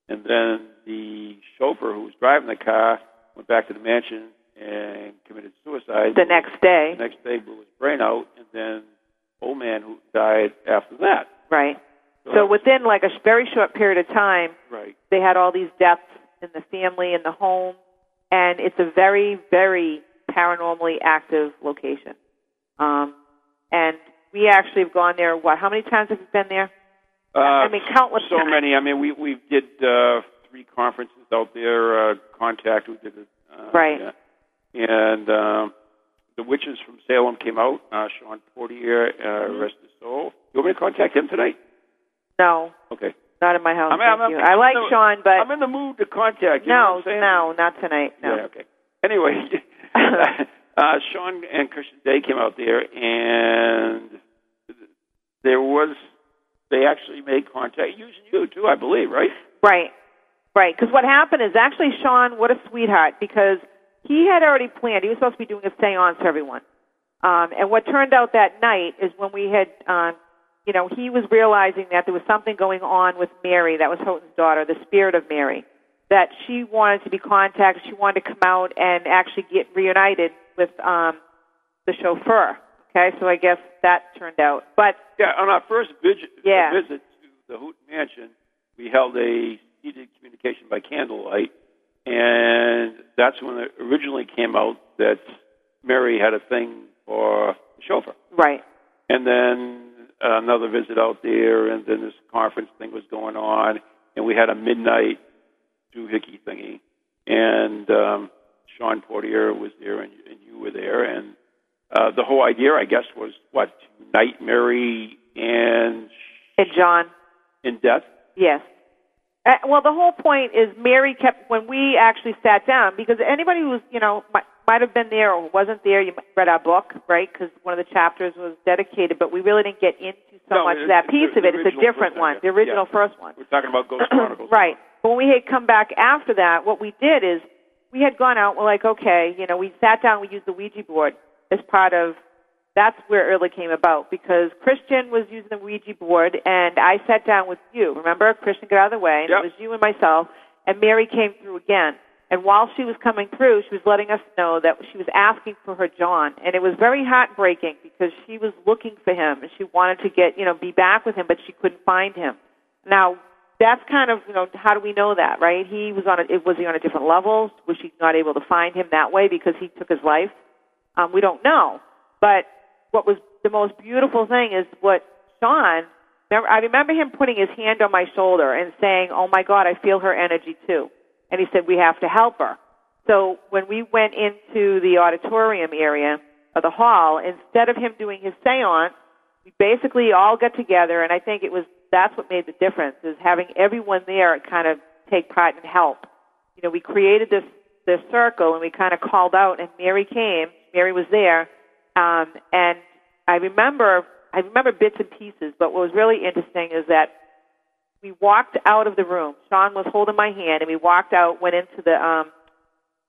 Speaker 3: and then the chauffeur who was driving the car went back to the mansion and committed suicide.
Speaker 2: the next day.
Speaker 3: The next day blew his brain out, and then old man who died after that.
Speaker 2: right.
Speaker 3: So
Speaker 2: So
Speaker 3: that was-
Speaker 2: within like a sh- very short period of time,
Speaker 3: Right.
Speaker 2: they had all these deaths in the family in the home and it's a very very paranormally active location um, and we actually have gone there what how many times have you been there
Speaker 3: Uh,
Speaker 2: I mean, countless
Speaker 3: So
Speaker 2: times.
Speaker 3: many. I mean, we we did uh, three conferences out there. Uh, Contact. We did. it, Uh,
Speaker 2: Right.
Speaker 3: yeah. And um, the witches from Salem came out. Uh, Sean Portier, uh,
Speaker 2: Mm-hmm.
Speaker 3: rest his soul. You want me to contact him tonight?
Speaker 2: no
Speaker 3: Okay.
Speaker 2: not in my house
Speaker 3: I mean,
Speaker 2: Oh, thank
Speaker 3: I'm-
Speaker 2: you.
Speaker 3: I'm
Speaker 2: i like
Speaker 3: in the-
Speaker 2: sean but
Speaker 3: I'm in the mood to contact you. know
Speaker 2: no
Speaker 3: what I'm saying?
Speaker 2: no not tonight no
Speaker 3: Yeah, okay. Anyway, uh, Sean and Christian Day came out there, and there was they actually made contact using you too, I believe, right?
Speaker 2: Right, right. Because what happened is actually Sean, what a sweetheart, because he had already planned. He was supposed to be doing a séance for everyone. Um, and what turned out that night is when we had, um, you know, he was realizing that there was something going on with Mary. That was Houghton's daughter, the spirit of Mary, that she wanted to be contacted. She wanted to come out and actually get reunited with um, the chauffeur. Okay, so I guess that turned out. But
Speaker 3: Yeah. On our first visit,
Speaker 2: Yeah.
Speaker 3: visit to the Hooten Mansion, we held a seated communication by candlelight, and that's when it originally came out that Mary had a thing for the chauffeur.
Speaker 2: right,
Speaker 3: and then another visit out there, and then this conference thing was going on, and we had a midnight doohickey thingy, and um, Sean Portier was there, and, and you were there, and uh, the whole idea, I guess, was what to unite Mary and
Speaker 2: and John.
Speaker 3: in death.
Speaker 2: Yes. Uh, well, the whole point is Mary kept when we actually sat down because anybody who's you know might, might have been there or wasn't there, you read our book, right? Because one of the chapters was dedicated, but we really didn't get into so
Speaker 3: No,
Speaker 2: much
Speaker 3: it-
Speaker 2: that
Speaker 3: it's
Speaker 2: piece
Speaker 3: the-
Speaker 2: of it.
Speaker 3: the
Speaker 2: It's a
Speaker 3: original
Speaker 2: different
Speaker 3: first
Speaker 2: one,
Speaker 3: idea.
Speaker 2: the original
Speaker 3: Yeah.
Speaker 2: first one.
Speaker 3: We're talking about Ghost Chronicles,
Speaker 2: Right. But when we had come back after that, what we did is we had gone out. We're like, okay, you know, we sat down. We used the Ouija board as part of that's where it really came about because Christian was using the Ouija board, and I sat down with you. Remember, Christian got out of the way, and
Speaker 3: Yep.
Speaker 2: it was you and myself, and Mary came through again. And while she was coming through, she was letting us know that she was asking for her John, and it was very heartbreaking because she was looking for him and she wanted to get, you know, be back with him, but she couldn't find him. Now, that's kind of, you know, how do we know that, right? He was on a, was he on a different level? Was she not able to find him that way because he took his life? Um, we don't know. But what was the most beautiful thing is what Sean, remember, I remember him putting his hand on my shoulder and saying, Oh my God, I feel her energy too. And he said, We have to help her. So when we went into the auditorium area of the hall, instead of him doing his seance, we basically all got together and I think it was, that's what made the difference is having everyone there kind of take part and help you know, we created this this circle and we kind of called out, and Mary came. Mary was there, um, and I remember I remember bits and pieces. But what was really interesting is that we walked out of the room. Sean was holding my hand, and we walked out, went into the um,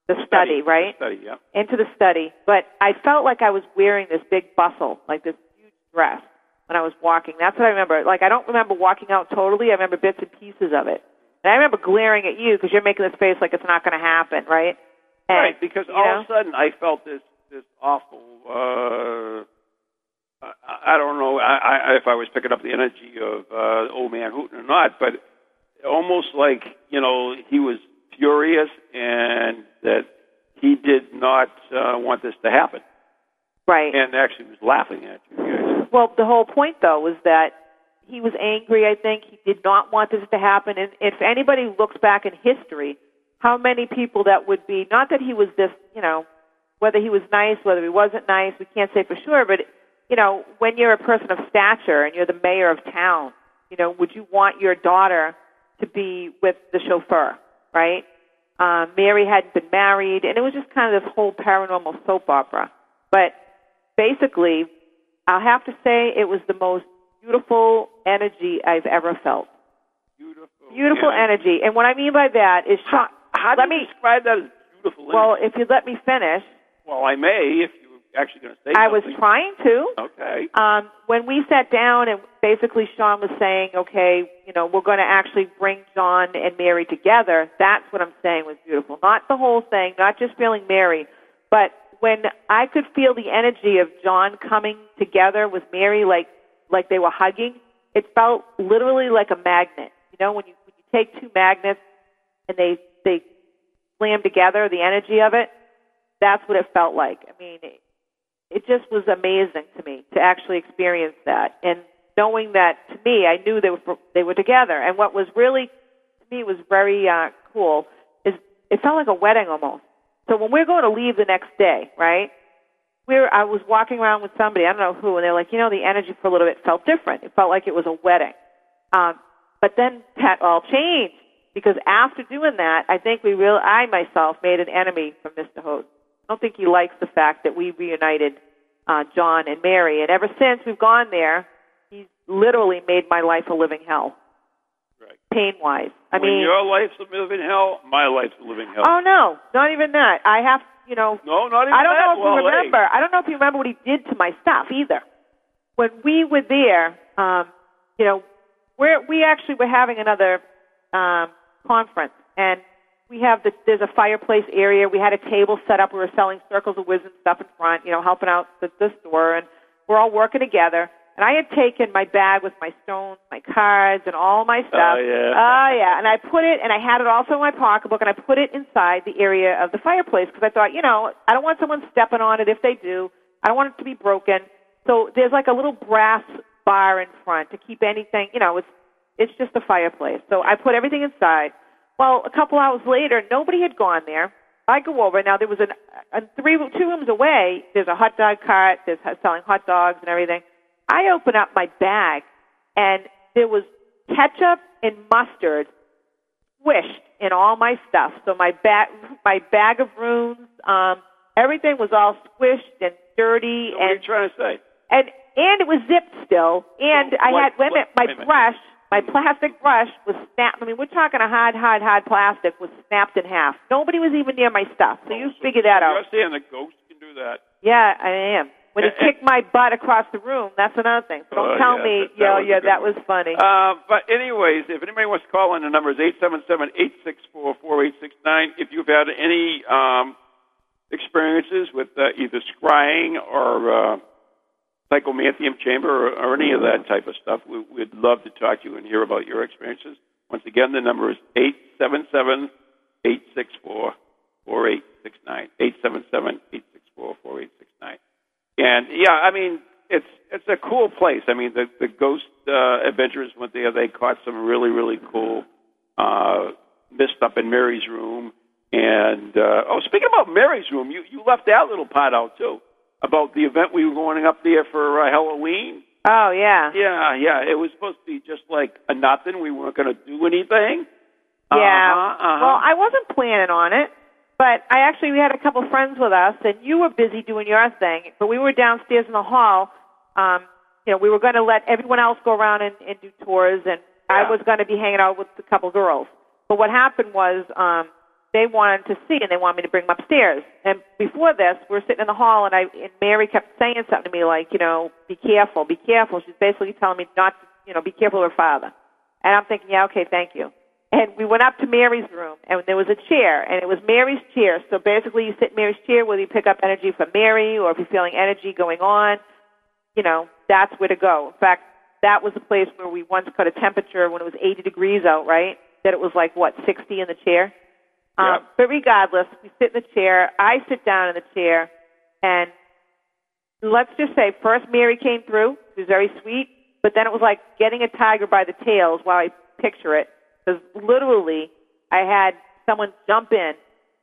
Speaker 2: the study, right?
Speaker 3: Study, yeah.
Speaker 2: into the study, but I felt like I was wearing this big bustle, like this huge dress when I was walking. That's what I remember. Like I don't remember walking out totally. I remember bits and pieces of it. And I remember glaring at you because you're making this face like it's not going to happen, right? And,
Speaker 3: right, because
Speaker 2: you
Speaker 3: all
Speaker 2: know?
Speaker 3: of a sudden I felt this this awful. Uh, I- I, I don't know I, I, if I was picking up the energy of uh, old man Hooten or not, but almost like you know he was furious and that he did not uh, want this to happen,
Speaker 2: right.
Speaker 3: and actually was laughing at you guys.
Speaker 2: Well, the whole point though was that he was angry. I think he did not want this to happen. And if anybody looks back in history, how many people that would be not that he was this, you know, whether he was nice, whether he wasn't nice, we can't say for sure. But you know, when you're a person of stature and you're the mayor of town, you know, would you want your daughter to be with the chauffeur, right? Uh, Mary hadn't been married, and it was just kind of this whole paranormal soap opera. But basically, I'll have to say it was the most beautiful energy I've ever felt.
Speaker 3: Beautiful,
Speaker 2: Beautiful energy. And what I mean by that is Sean.
Speaker 3: How do
Speaker 2: let
Speaker 3: you
Speaker 2: me.
Speaker 3: describe that as beautiful?
Speaker 2: Well,
Speaker 3: energy?
Speaker 2: if you let me finish,
Speaker 3: well, I may if you were actually going to say
Speaker 2: I was
Speaker 3: something.
Speaker 2: trying to.
Speaker 3: Okay.
Speaker 2: Um, when we sat down and basically Sean was saying, okay, you know, we're going to actually bring John and Mary together. That's what I'm saying was beautiful. Not the whole thing, not just feeling Mary, but when I could feel the energy of John coming together with Mary, like, like they were hugging, it felt literally like a magnet. You know, when you, when you take two magnets and they, they slam together, the energy of it, that's what it felt like. I mean, it, it just was amazing to me to actually experience that and knowing that to me i knew they were they were together and what was really to me was very uh cool is it felt like a wedding almost so when we're going to leave the next day right we're i was walking around with somebody i don't know who and they're like you know the energy for a little bit felt different it felt like it was a wedding um but then that all changed because after doing that i think we real i myself made an enemy from mr hose I don't think he likes the fact that we reunited uh, John and Mary. And ever since we've gone there, he's literally made my life a living hell,
Speaker 3: Right.
Speaker 2: pain wise. I
Speaker 3: when
Speaker 2: mean,
Speaker 3: your life's a living hell, my life's a living hell.
Speaker 2: oh no, not even that. I have, you know,
Speaker 3: no, not even
Speaker 2: I don't
Speaker 3: that.
Speaker 2: know if
Speaker 3: well,
Speaker 2: you
Speaker 3: hey.
Speaker 2: remember. I don't know if you remember what he did to my stuff either. When we were there, um, you know, we're, we actually were having another um, conference, and we have the, there's a fireplace area. We had a table set up. We were selling circles of wisdom stuff in front, you know, helping out the, the store, and we're all working together. And I had taken my bag with my stones, my cards, and all my stuff.
Speaker 3: yeah.
Speaker 2: Oh yeah, and I put it, and I had it also in my pocketbook, and I put it inside the area of the fireplace because I thought, you know, I don't want someone stepping on it. If they do, I don't want it to be broken. So there's like a little brass bar in front to keep anything. You know, it's it's just a fireplace. So I put everything inside. Well, a couple hours later, nobody had gone there. I go over now. There was an, a three two rooms away. There's a hot dog cart. There's uh, selling hot dogs and everything. I open up my bag, and there was ketchup and mustard squished in all my stuff. So my bag, my bag of rooms, um, everything was all squished and dirty,
Speaker 3: What are
Speaker 2: and
Speaker 3: you trying to say?
Speaker 2: and and it was zipped still. And
Speaker 3: So
Speaker 2: I
Speaker 3: what-
Speaker 2: had wait a
Speaker 3: what-
Speaker 2: minute, my
Speaker 3: wait a minute.
Speaker 2: brush, my plastic brush was snapped. I mean, we're talking a hard, hard, hard plastic was snapped in half.
Speaker 3: Oh,
Speaker 2: Nobody was even near my stuff, so you figure that out.
Speaker 3: You're saying the ghost can do that.
Speaker 2: Yeah, I am. When he
Speaker 3: And-
Speaker 2: kicked my butt across the room, that's another thing. So
Speaker 3: Oh,
Speaker 2: don't tell
Speaker 3: yeah,
Speaker 2: me,
Speaker 3: that- that
Speaker 2: yeah,
Speaker 3: was a
Speaker 2: yeah,
Speaker 3: good
Speaker 2: that
Speaker 3: one.
Speaker 2: was funny.
Speaker 3: Uh, but anyways, if anybody wants to call in, the number is eight seven seven eight six four four eight six nine. If you've had any um, experiences with uh, either scrying or uh, psychomanthium chamber or, or any of that type of stuff, we, we'd love to talk to you and hear about your experiences. Once again, the number is eight seven seven eight six four four eight six nine eight seven seven eight six four four eight six nine. And yeah, I mean, it's it's a cool place. I mean, the the ghost uh, adventurers went there. They caught some really really cool uh, mist up in Mary's room. And uh, oh, speaking about Mary's room, you you left that little part out too about the event we were going up there for uh, Halloween.
Speaker 2: oh yeah.
Speaker 3: Yeah, yeah, it was supposed to be just like a nothing. We weren't going to do anything.
Speaker 2: Yeah.
Speaker 3: Uh-huh, uh-huh.
Speaker 2: Well, I wasn't planning on it, but I actually we had a couple friends with us, and you were busy doing your thing, but we were downstairs in the hall. Um, you know, we were going to let everyone else go around and, and do tours, and
Speaker 3: Yeah.
Speaker 2: I was going to be hanging out with a couple girls. But what happened was um, they wanted to see, and they wanted me to bring them upstairs. And before this, we were sitting in the hall, and I and Mary kept saying something to me like, you know, be careful, be careful. She's basically telling me not, to, you know, be careful of her father. And I'm thinking, yeah, okay, thank you. And we went up to Mary's room, and there was a chair, and it was Mary's chair. So basically, you sit in Mary's chair, whether you pick up energy from Mary or if you're feeling energy going on, you know, that's where to go. In fact, that was the place where we once cut a temperature when it was 80 degrees out, right? That it was like, what, 60 in the chair?
Speaker 3: Yeah.
Speaker 2: Um, but regardless, we sit in the chair. I sit down in the chair, and let's just say first Mary came through. She was very sweet, but then it was like getting a tiger by the tails while I picture it. Because literally, I had someone jump in,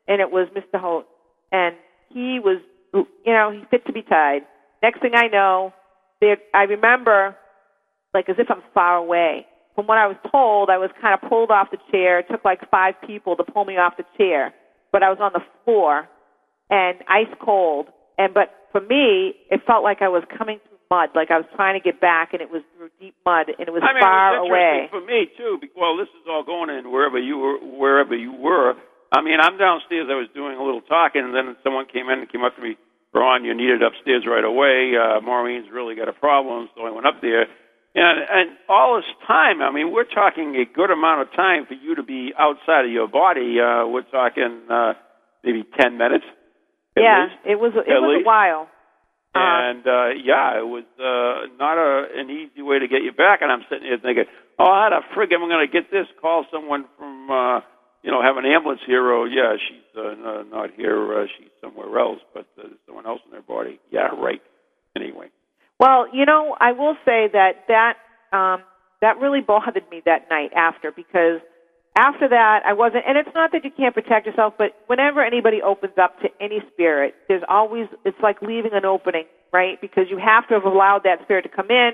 Speaker 2: and it was Mr. Holt. And he was, you know, he fit to be tied. Next thing I know, there, I remember, like, as if I'm far away. From what I was told, I was kind of pulled off the chair. It took like five people to pull me off the chair, but I was on the floor and ice cold. And but for me, it felt like I was coming through mud, like I was trying to get back, and it was through deep mud, and it was
Speaker 3: I mean,
Speaker 2: far
Speaker 3: it was
Speaker 2: away.
Speaker 3: interesting for me too. Because, well, this is all going in wherever you were. Wherever you were. I mean, I'm downstairs. I was doing a little talking, and then someone came in and came up to me. Ron, you needed upstairs right away. Uh, Maureen's really got a problem, so I went up there. And and all this time, I mean, we're talking a good amount of time for you to be outside of your body. Uh, we're talking uh, maybe ten minutes. at
Speaker 2: yeah,
Speaker 3: least.
Speaker 2: it was. It
Speaker 3: At
Speaker 2: was
Speaker 3: least.
Speaker 2: a while. Um,
Speaker 3: And uh, yeah, it was uh, not a, an easy way to get you back. And I'm sitting here thinking, oh, how the frig am I going to get this? Call someone from, uh, you know, have an ambulance here. Oh, yeah, she's uh, no, not here. Uh, she's somewhere else, but uh, there's someone else in her body. Yeah, right. Anyway.
Speaker 2: Well, you know, I will say that that um, that really bothered me that night after because after that I wasn't. And it's not that you can't protect yourself, but whenever anybody opens up to any spirit, there's always it's like leaving an opening, right? Because you have to have allowed that spirit to come in.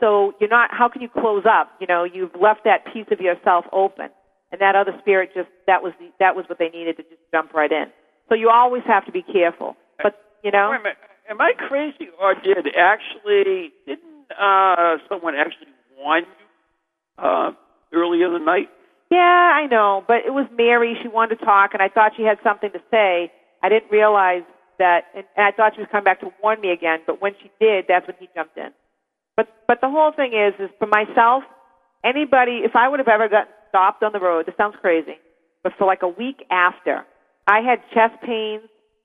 Speaker 2: So you're not. How can you close up? You know, you've left that piece of yourself open, and that other spirit just that was the, that was what they needed to just jump right in. So you always have to be careful. But you know.
Speaker 3: Wait a minute. Am I crazy or did actually, didn't uh, someone actually warn you uh, earlier in the night?
Speaker 2: Yeah, I know, but it was Mary. She wanted to talk, and I thought she had something to say. I didn't realize that, and, and I thought she was coming back to warn me again. But when she did, that's when he jumped in. But but the whole thing is, is for myself, anybody, if I would have ever gotten stopped on the road, this sounds crazy, but for like a week after, I had chest pains,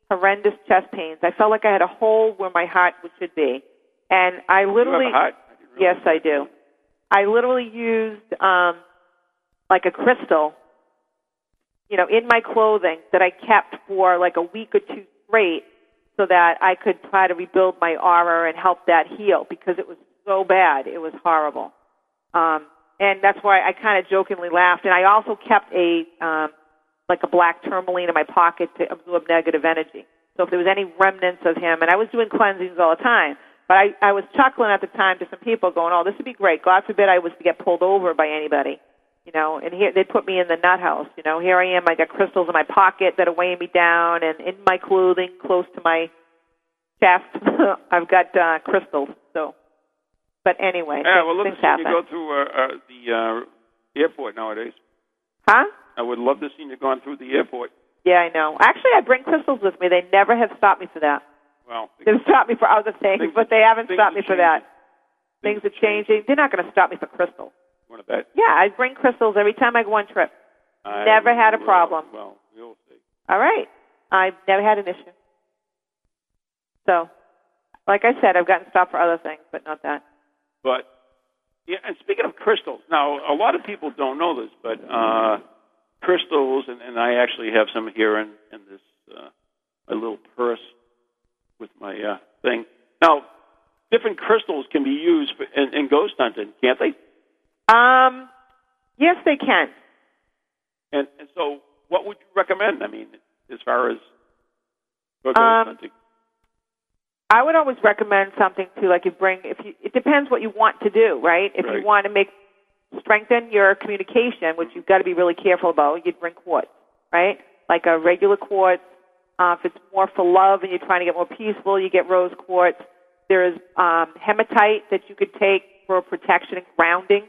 Speaker 2: horrendous chest pains. I felt like I had a hole where my heart should be, and I literally,
Speaker 3: you have a heart? I didn't
Speaker 2: yes,
Speaker 3: realize
Speaker 2: I do. I literally used um, like a crystal, you know, in my clothing that I kept for like a week or two straight so that I could try to rebuild my aura and help that heal because it was so bad. It was horrible. Um, and that's why I kind of jokingly laughed. And I also kept a, um, like a black tourmaline in my pocket to absorb negative energy. So if there was any remnants of him, and I was doing cleansings all the time, but I, I was chuckling at the time to some people going, oh, this would be great. God forbid I was to get pulled over by anybody you know, and here they put me in the nut house. You know, here I am. I got crystals in my pocket that are weighing me down, and in my clothing, close to my chest, I've got uh, crystals. So, but anyway,
Speaker 3: Yeah,
Speaker 2: things,
Speaker 3: well, love
Speaker 2: things
Speaker 3: to see
Speaker 2: happen.
Speaker 3: you go through uh, uh, the uh, airport nowadays.
Speaker 2: huh?
Speaker 3: I would love to see you gone through the airport.
Speaker 2: Yeah, I know. Actually, I bring crystals with me. They never have stopped me for that.
Speaker 3: Well,
Speaker 2: They've stopped me for other things,
Speaker 3: Things-
Speaker 2: but they haven't
Speaker 3: things
Speaker 2: stopped me
Speaker 3: are
Speaker 2: for that.
Speaker 3: Things
Speaker 2: Things,
Speaker 3: are
Speaker 2: are changing. They're not going to stop me for crystal.
Speaker 3: one of that.
Speaker 2: Yeah, I bring crystals every time I go on trip.
Speaker 3: I
Speaker 2: Never had a
Speaker 3: will-
Speaker 2: problem.
Speaker 3: Well, we'll see.
Speaker 2: All right. I've never had an issue. So, like I said, I've gotten stopped for other things, but not that.
Speaker 3: But yeah, and speaking of crystals, now a lot of people don't know this, but uh, crystals, and, and I actually have some here in, in this uh, my little purse with my uh, thing. Now, different crystals can be used for, in, in ghost hunting, can't they?
Speaker 2: Um, yes, they can.
Speaker 3: And, and so, what would you recommend? I mean, as far as for ghost
Speaker 2: Um,
Speaker 3: hunting,
Speaker 2: I would always recommend something to like you bring if you it depends what you want to do, right? If
Speaker 3: Right.
Speaker 2: you want to make strengthen your communication, which you've got to be really careful about, you'd bring quartz, right? Like a regular quartz. Uh, if it's more for love and you're trying to get more peaceful, you get rose quartz. There is um, hematite that you could take for protection and grounding.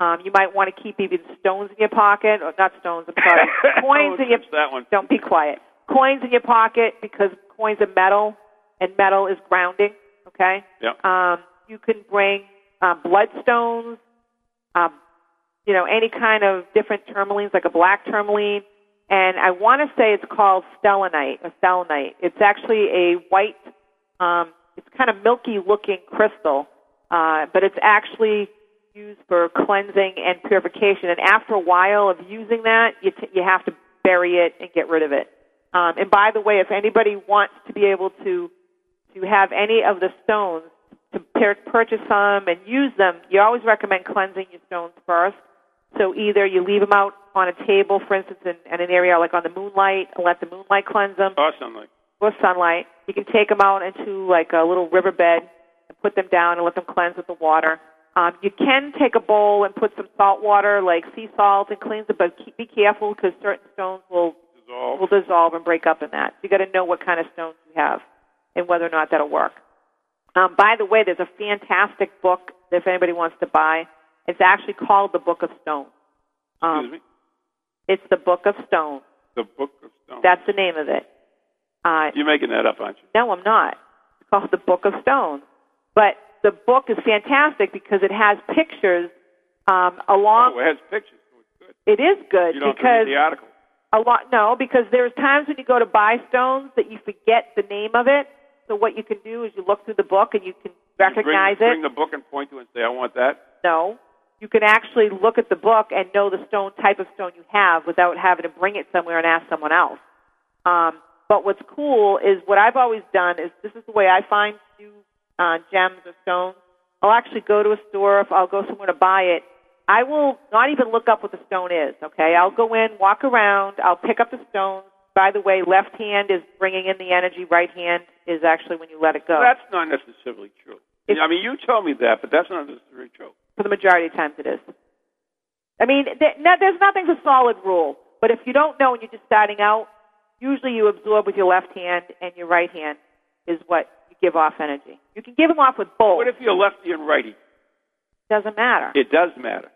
Speaker 2: Um, you might want to keep even stones in your pocket, or not stones, I'm sorry, coins
Speaker 3: Oh,
Speaker 2: in your
Speaker 3: it's that one.
Speaker 2: don't be quiet. Coins in your pocket because coins are metal, and metal is grounding. Okay.
Speaker 3: Yeah.
Speaker 2: Um, you can bring um, bloodstones, um, you know, any kind of different tourmalines, like a black tourmaline, and I want to say it's called stellanite or selenite. It's actually a white, um, it's kind of milky looking crystal, uh, but it's actually used for cleansing and purification. And after a while of using that, you t- you have to bury it and get rid of it. Um, and by the way, if anybody wants to be able to to have any of the stones to per- purchase some and use them, you always recommend cleansing your stones first. So either you leave them out on a table, for instance, in, in an area like on the moonlight, and let the moonlight cleanse them,
Speaker 3: awesome. Like,
Speaker 2: or sunlight. You can take them out into like a little riverbed and put them down and let them cleanse with the water. Um, you can take a bowl and put some salt water, like sea salt, and cleanse it, but keep, be careful because certain stones will
Speaker 3: dissolve.
Speaker 2: will dissolve and break up in that. You got to know what kind of stones you have and whether or not that'll work. Um, by the way, there's a fantastic book that if anybody wants to buy. It's actually called the Book of Stone. Um,
Speaker 3: Excuse me.
Speaker 2: It's the Book of Stone.
Speaker 3: The Book of Stones.
Speaker 2: That's the name of it. Uh,
Speaker 3: You're making that up, aren't you?
Speaker 2: no, I'm not. It's called the Book of Stone. But the book is fantastic because it has pictures um, along.
Speaker 3: Oh, it has pictures. so it's good.
Speaker 2: it is good
Speaker 3: You don't have
Speaker 2: because
Speaker 3: to read the article.
Speaker 2: a lot, no, because there's times when you go to buy stones that you forget the name of it. So what you can do is you look through the book and you can recognize
Speaker 3: you bring, Bring
Speaker 2: it.
Speaker 3: the book and point to it and say, "I want that."
Speaker 2: no, you can actually look at the book and know the stone type of stone you have without having to bring it somewhere and ask someone else. Um, but what's cool is what I've always done is this is the way I find new uh, gems or stones. I'll actually go to a store if I'll go somewhere to buy it. I will not even look up what the stone is. Okay, I'll go in, walk around, I'll pick up the stone. By the way, left hand is bringing in the energy, right hand is actually when you let it go.
Speaker 3: That's not necessarily true.
Speaker 2: It's-
Speaker 3: I mean, you told me that, but that's not necessarily true.
Speaker 2: for the majority of times it is. I mean, th- no, there's nothing's a solid rule, but if you don't know and you're just starting out, usually you absorb with your left hand and your right hand is what you give off energy. You can give them off with both.
Speaker 3: What if you're lefty and righty?
Speaker 2: doesn't matter.
Speaker 3: It does matter.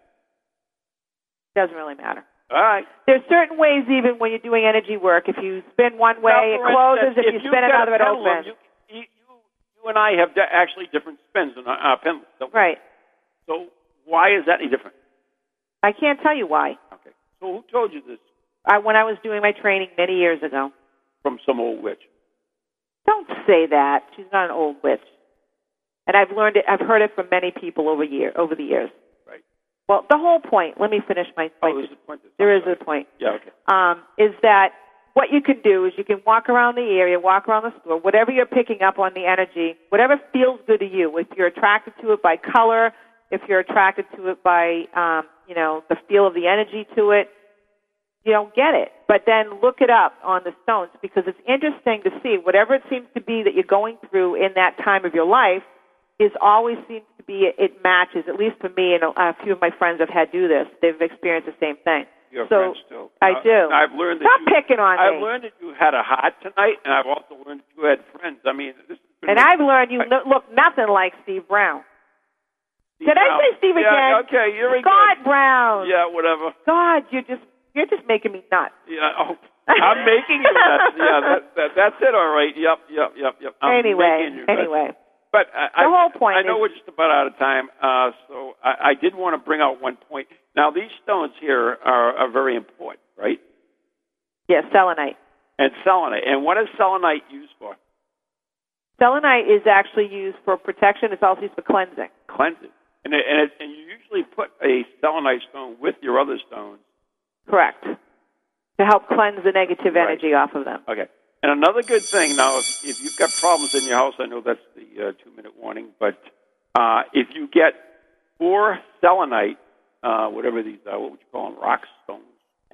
Speaker 2: doesn't really matter.
Speaker 3: All right.
Speaker 2: There's certain ways even when you're doing energy work. If you spin one way,
Speaker 3: Now,
Speaker 2: it
Speaker 3: for
Speaker 2: closes.
Speaker 3: instance,
Speaker 2: if you
Speaker 3: you've
Speaker 2: spin
Speaker 3: got
Speaker 2: another,
Speaker 3: a
Speaker 2: it
Speaker 3: pendulum,
Speaker 2: opens.
Speaker 3: You, you, you- you and I have de- actually different spins on our, our pendulum. don't we?
Speaker 2: Right.
Speaker 3: So why is that any different?
Speaker 2: I can't tell you why.
Speaker 3: Okay. So who told you this
Speaker 2: I, when I was doing my training many years ago.
Speaker 3: from some old witch?
Speaker 2: Don't say that. She's not an old witch. And I've learned it. I've heard it from many people over year over the years.
Speaker 3: Right.
Speaker 2: Well, the whole point. Let me finish my.
Speaker 3: Oh,
Speaker 2: my-
Speaker 3: there's a point.
Speaker 2: there is
Speaker 3: I'm
Speaker 2: a
Speaker 3: sorry.
Speaker 2: point.
Speaker 3: Yeah. Okay.
Speaker 2: Um, is that what you can do? Is you can walk around the area, walk around the store, whatever you're picking up on the energy, whatever feels good to you. If you're attracted to it by color, if you're attracted to it by um, you know the feel of the energy to it, you don't get it. But then look it up on the stones because it's interesting to see whatever it seems to be that you're going through in that time of your life is always seems to be it matches. At least for me and a, a few of my friends have had do this. They've experienced the same thing.
Speaker 3: You're
Speaker 2: so
Speaker 3: French too.
Speaker 2: I
Speaker 3: Uh,
Speaker 2: do.
Speaker 3: I've learned that
Speaker 2: Stop
Speaker 3: you,
Speaker 2: picking on
Speaker 3: I've
Speaker 2: me.
Speaker 3: learned that you had a heart tonight, and I've also learned that you had friends. I mean, this has been
Speaker 2: And I've learned you
Speaker 3: I-
Speaker 2: no, look nothing like Steve Brown. Did I say Steve
Speaker 3: yeah,
Speaker 2: again?
Speaker 3: Okay, you're
Speaker 2: God Brown.
Speaker 3: Yeah, whatever.
Speaker 2: God, you're just you're just making me nuts.
Speaker 3: Yeah. Oh, I'm making you. That's, yeah, that, that, that's it. All right. Yep, yep, yep, yep. I'm
Speaker 2: anyway,
Speaker 3: making you. That's-
Speaker 2: anyway.
Speaker 3: But I, I-
Speaker 2: The whole point
Speaker 3: I know
Speaker 2: is-
Speaker 3: we're just about out of time, uh, so I, I did want to bring out one point. Now, these stones here are, are very important, right?
Speaker 2: Yes, selenite.
Speaker 3: And selenite. And what is selenite used for?
Speaker 2: Selenite is actually used for protection. It's also used for cleansing.
Speaker 3: Cleansing. And it, and, it, and you usually put a selenite stone with your other stones.
Speaker 2: Correct. To help cleanse the negative
Speaker 3: Right.
Speaker 2: energy off of them.
Speaker 3: Okay. And another good thing now, if, if you've got problems in your house, I know that's the uh, two minute warning, but uh, if you get four selenite, uh, whatever these are, what would you call them? Rock stones.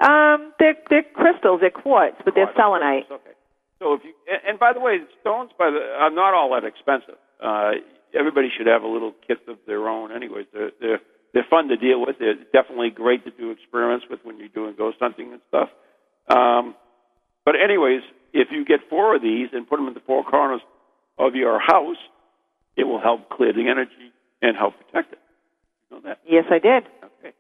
Speaker 2: Um, they're, they're crystals, they're quartz, but they're
Speaker 3: Quartz.
Speaker 2: selenite.
Speaker 3: Okay. So if you and- and by the way, stones by the are not all that expensive. Uh, everybody should have a little kit of their own. Anyways, they're they're they're fun to deal with. They're definitely great to do experiments with when you're doing ghost hunting and stuff. Um, but anyways, if you get four of these and put them in the four corners of your house, it will help clear the energy and help protect it. You know that.
Speaker 2: Yes, I did.
Speaker 3: Okay.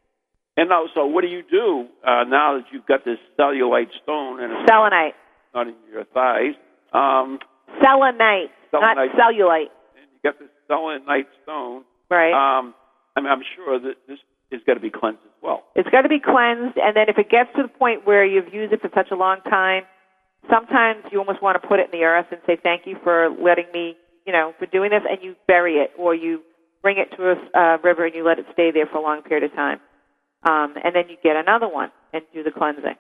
Speaker 3: And now, so what do you do uh, now that you've got this cellulite stone and it's
Speaker 2: Selenite.
Speaker 3: not in your thighs. Um,
Speaker 2: Selenite, not
Speaker 3: Selenite.
Speaker 2: cellulite.
Speaker 3: and you got this selenite stone.
Speaker 2: Right.
Speaker 3: Um, I mean, I'm sure that this is going to be cleansed as well.
Speaker 2: It's got to be cleansed, and then if it gets to the point where you've used it for such a long time, sometimes you almost want to put it in the earth and say thank you for letting me, you know, for doing this, and you bury it or you bring it to a uh, river and you let it stay there for a long period of time, um, and then you get another one and do the cleansing.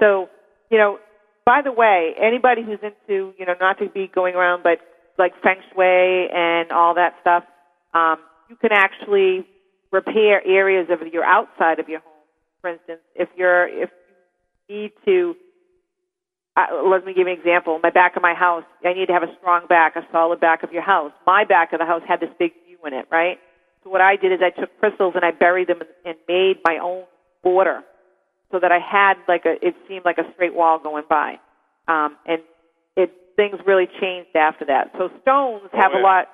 Speaker 2: So, you know, by the way, anybody who's into, you know, not to be going around, but like feng shui and all that stuff, um, you can actually repair areas of your outside of your home. For instance, if you're if you need to, uh, let me give you an example. My back of my house, I need to have a strong back, a solid back of your house. My back of the house had this big U in it, right? So what I did is I took crystals and I buried them and made my own border so that I had like a it seemed like a straight wall going by, um, and it things really changed after that. So stones have
Speaker 3: yeah.
Speaker 2: a lot.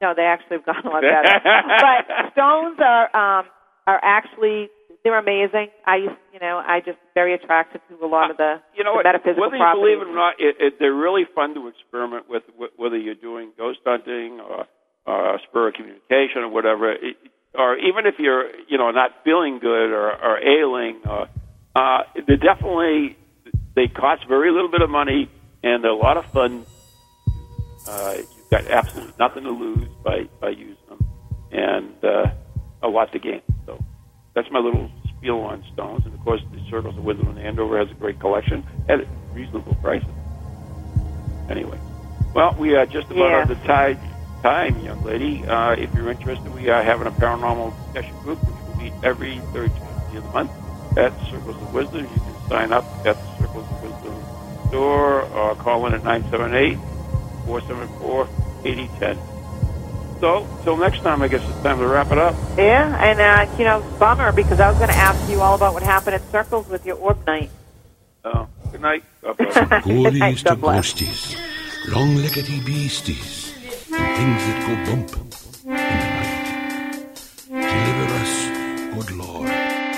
Speaker 2: No, they actually have gotten a lot better. but stones are um, are actually they're amazing. I used you know I just very attracted to a lot of the,
Speaker 3: You know
Speaker 2: the
Speaker 3: what?
Speaker 2: metaphysical
Speaker 3: Whether you
Speaker 2: properties.
Speaker 3: believe it or not, it, it, they're really fun to experiment with. wh- Whether you're doing ghost hunting or uh, spirit communication or whatever, it, or even if you're you know not feeling good or, or ailing, or, uh, they definitely they cost very little bit of money and they're a lot of fun Uh, you've got absolutely nothing to lose by, by using them, and uh, a lot to gain. So that's my little spiel on stones. And of course, the Circles of Wisdom in Andover has a great collection at reasonable prices. Anyway, well, we are just about
Speaker 2: Yeah.
Speaker 3: out of time, time, young lady. Uh, if you're interested, we are having a paranormal discussion group, which will meet every third Tuesday of the month at Circles of Wisdom. You can sign up at the Circles of Wisdom store or call in at 978 474 8010. So, till next time, I guess it's time to wrap it up.
Speaker 2: yeah, and uh, you know bummer because I was going to ask you all about what happened at circles with your orb night.
Speaker 3: Uh, good night. God bless.
Speaker 2: Good night,
Speaker 6: Goodies to
Speaker 2: God bless.
Speaker 6: ghosties, long leggedy beasties, things that go bump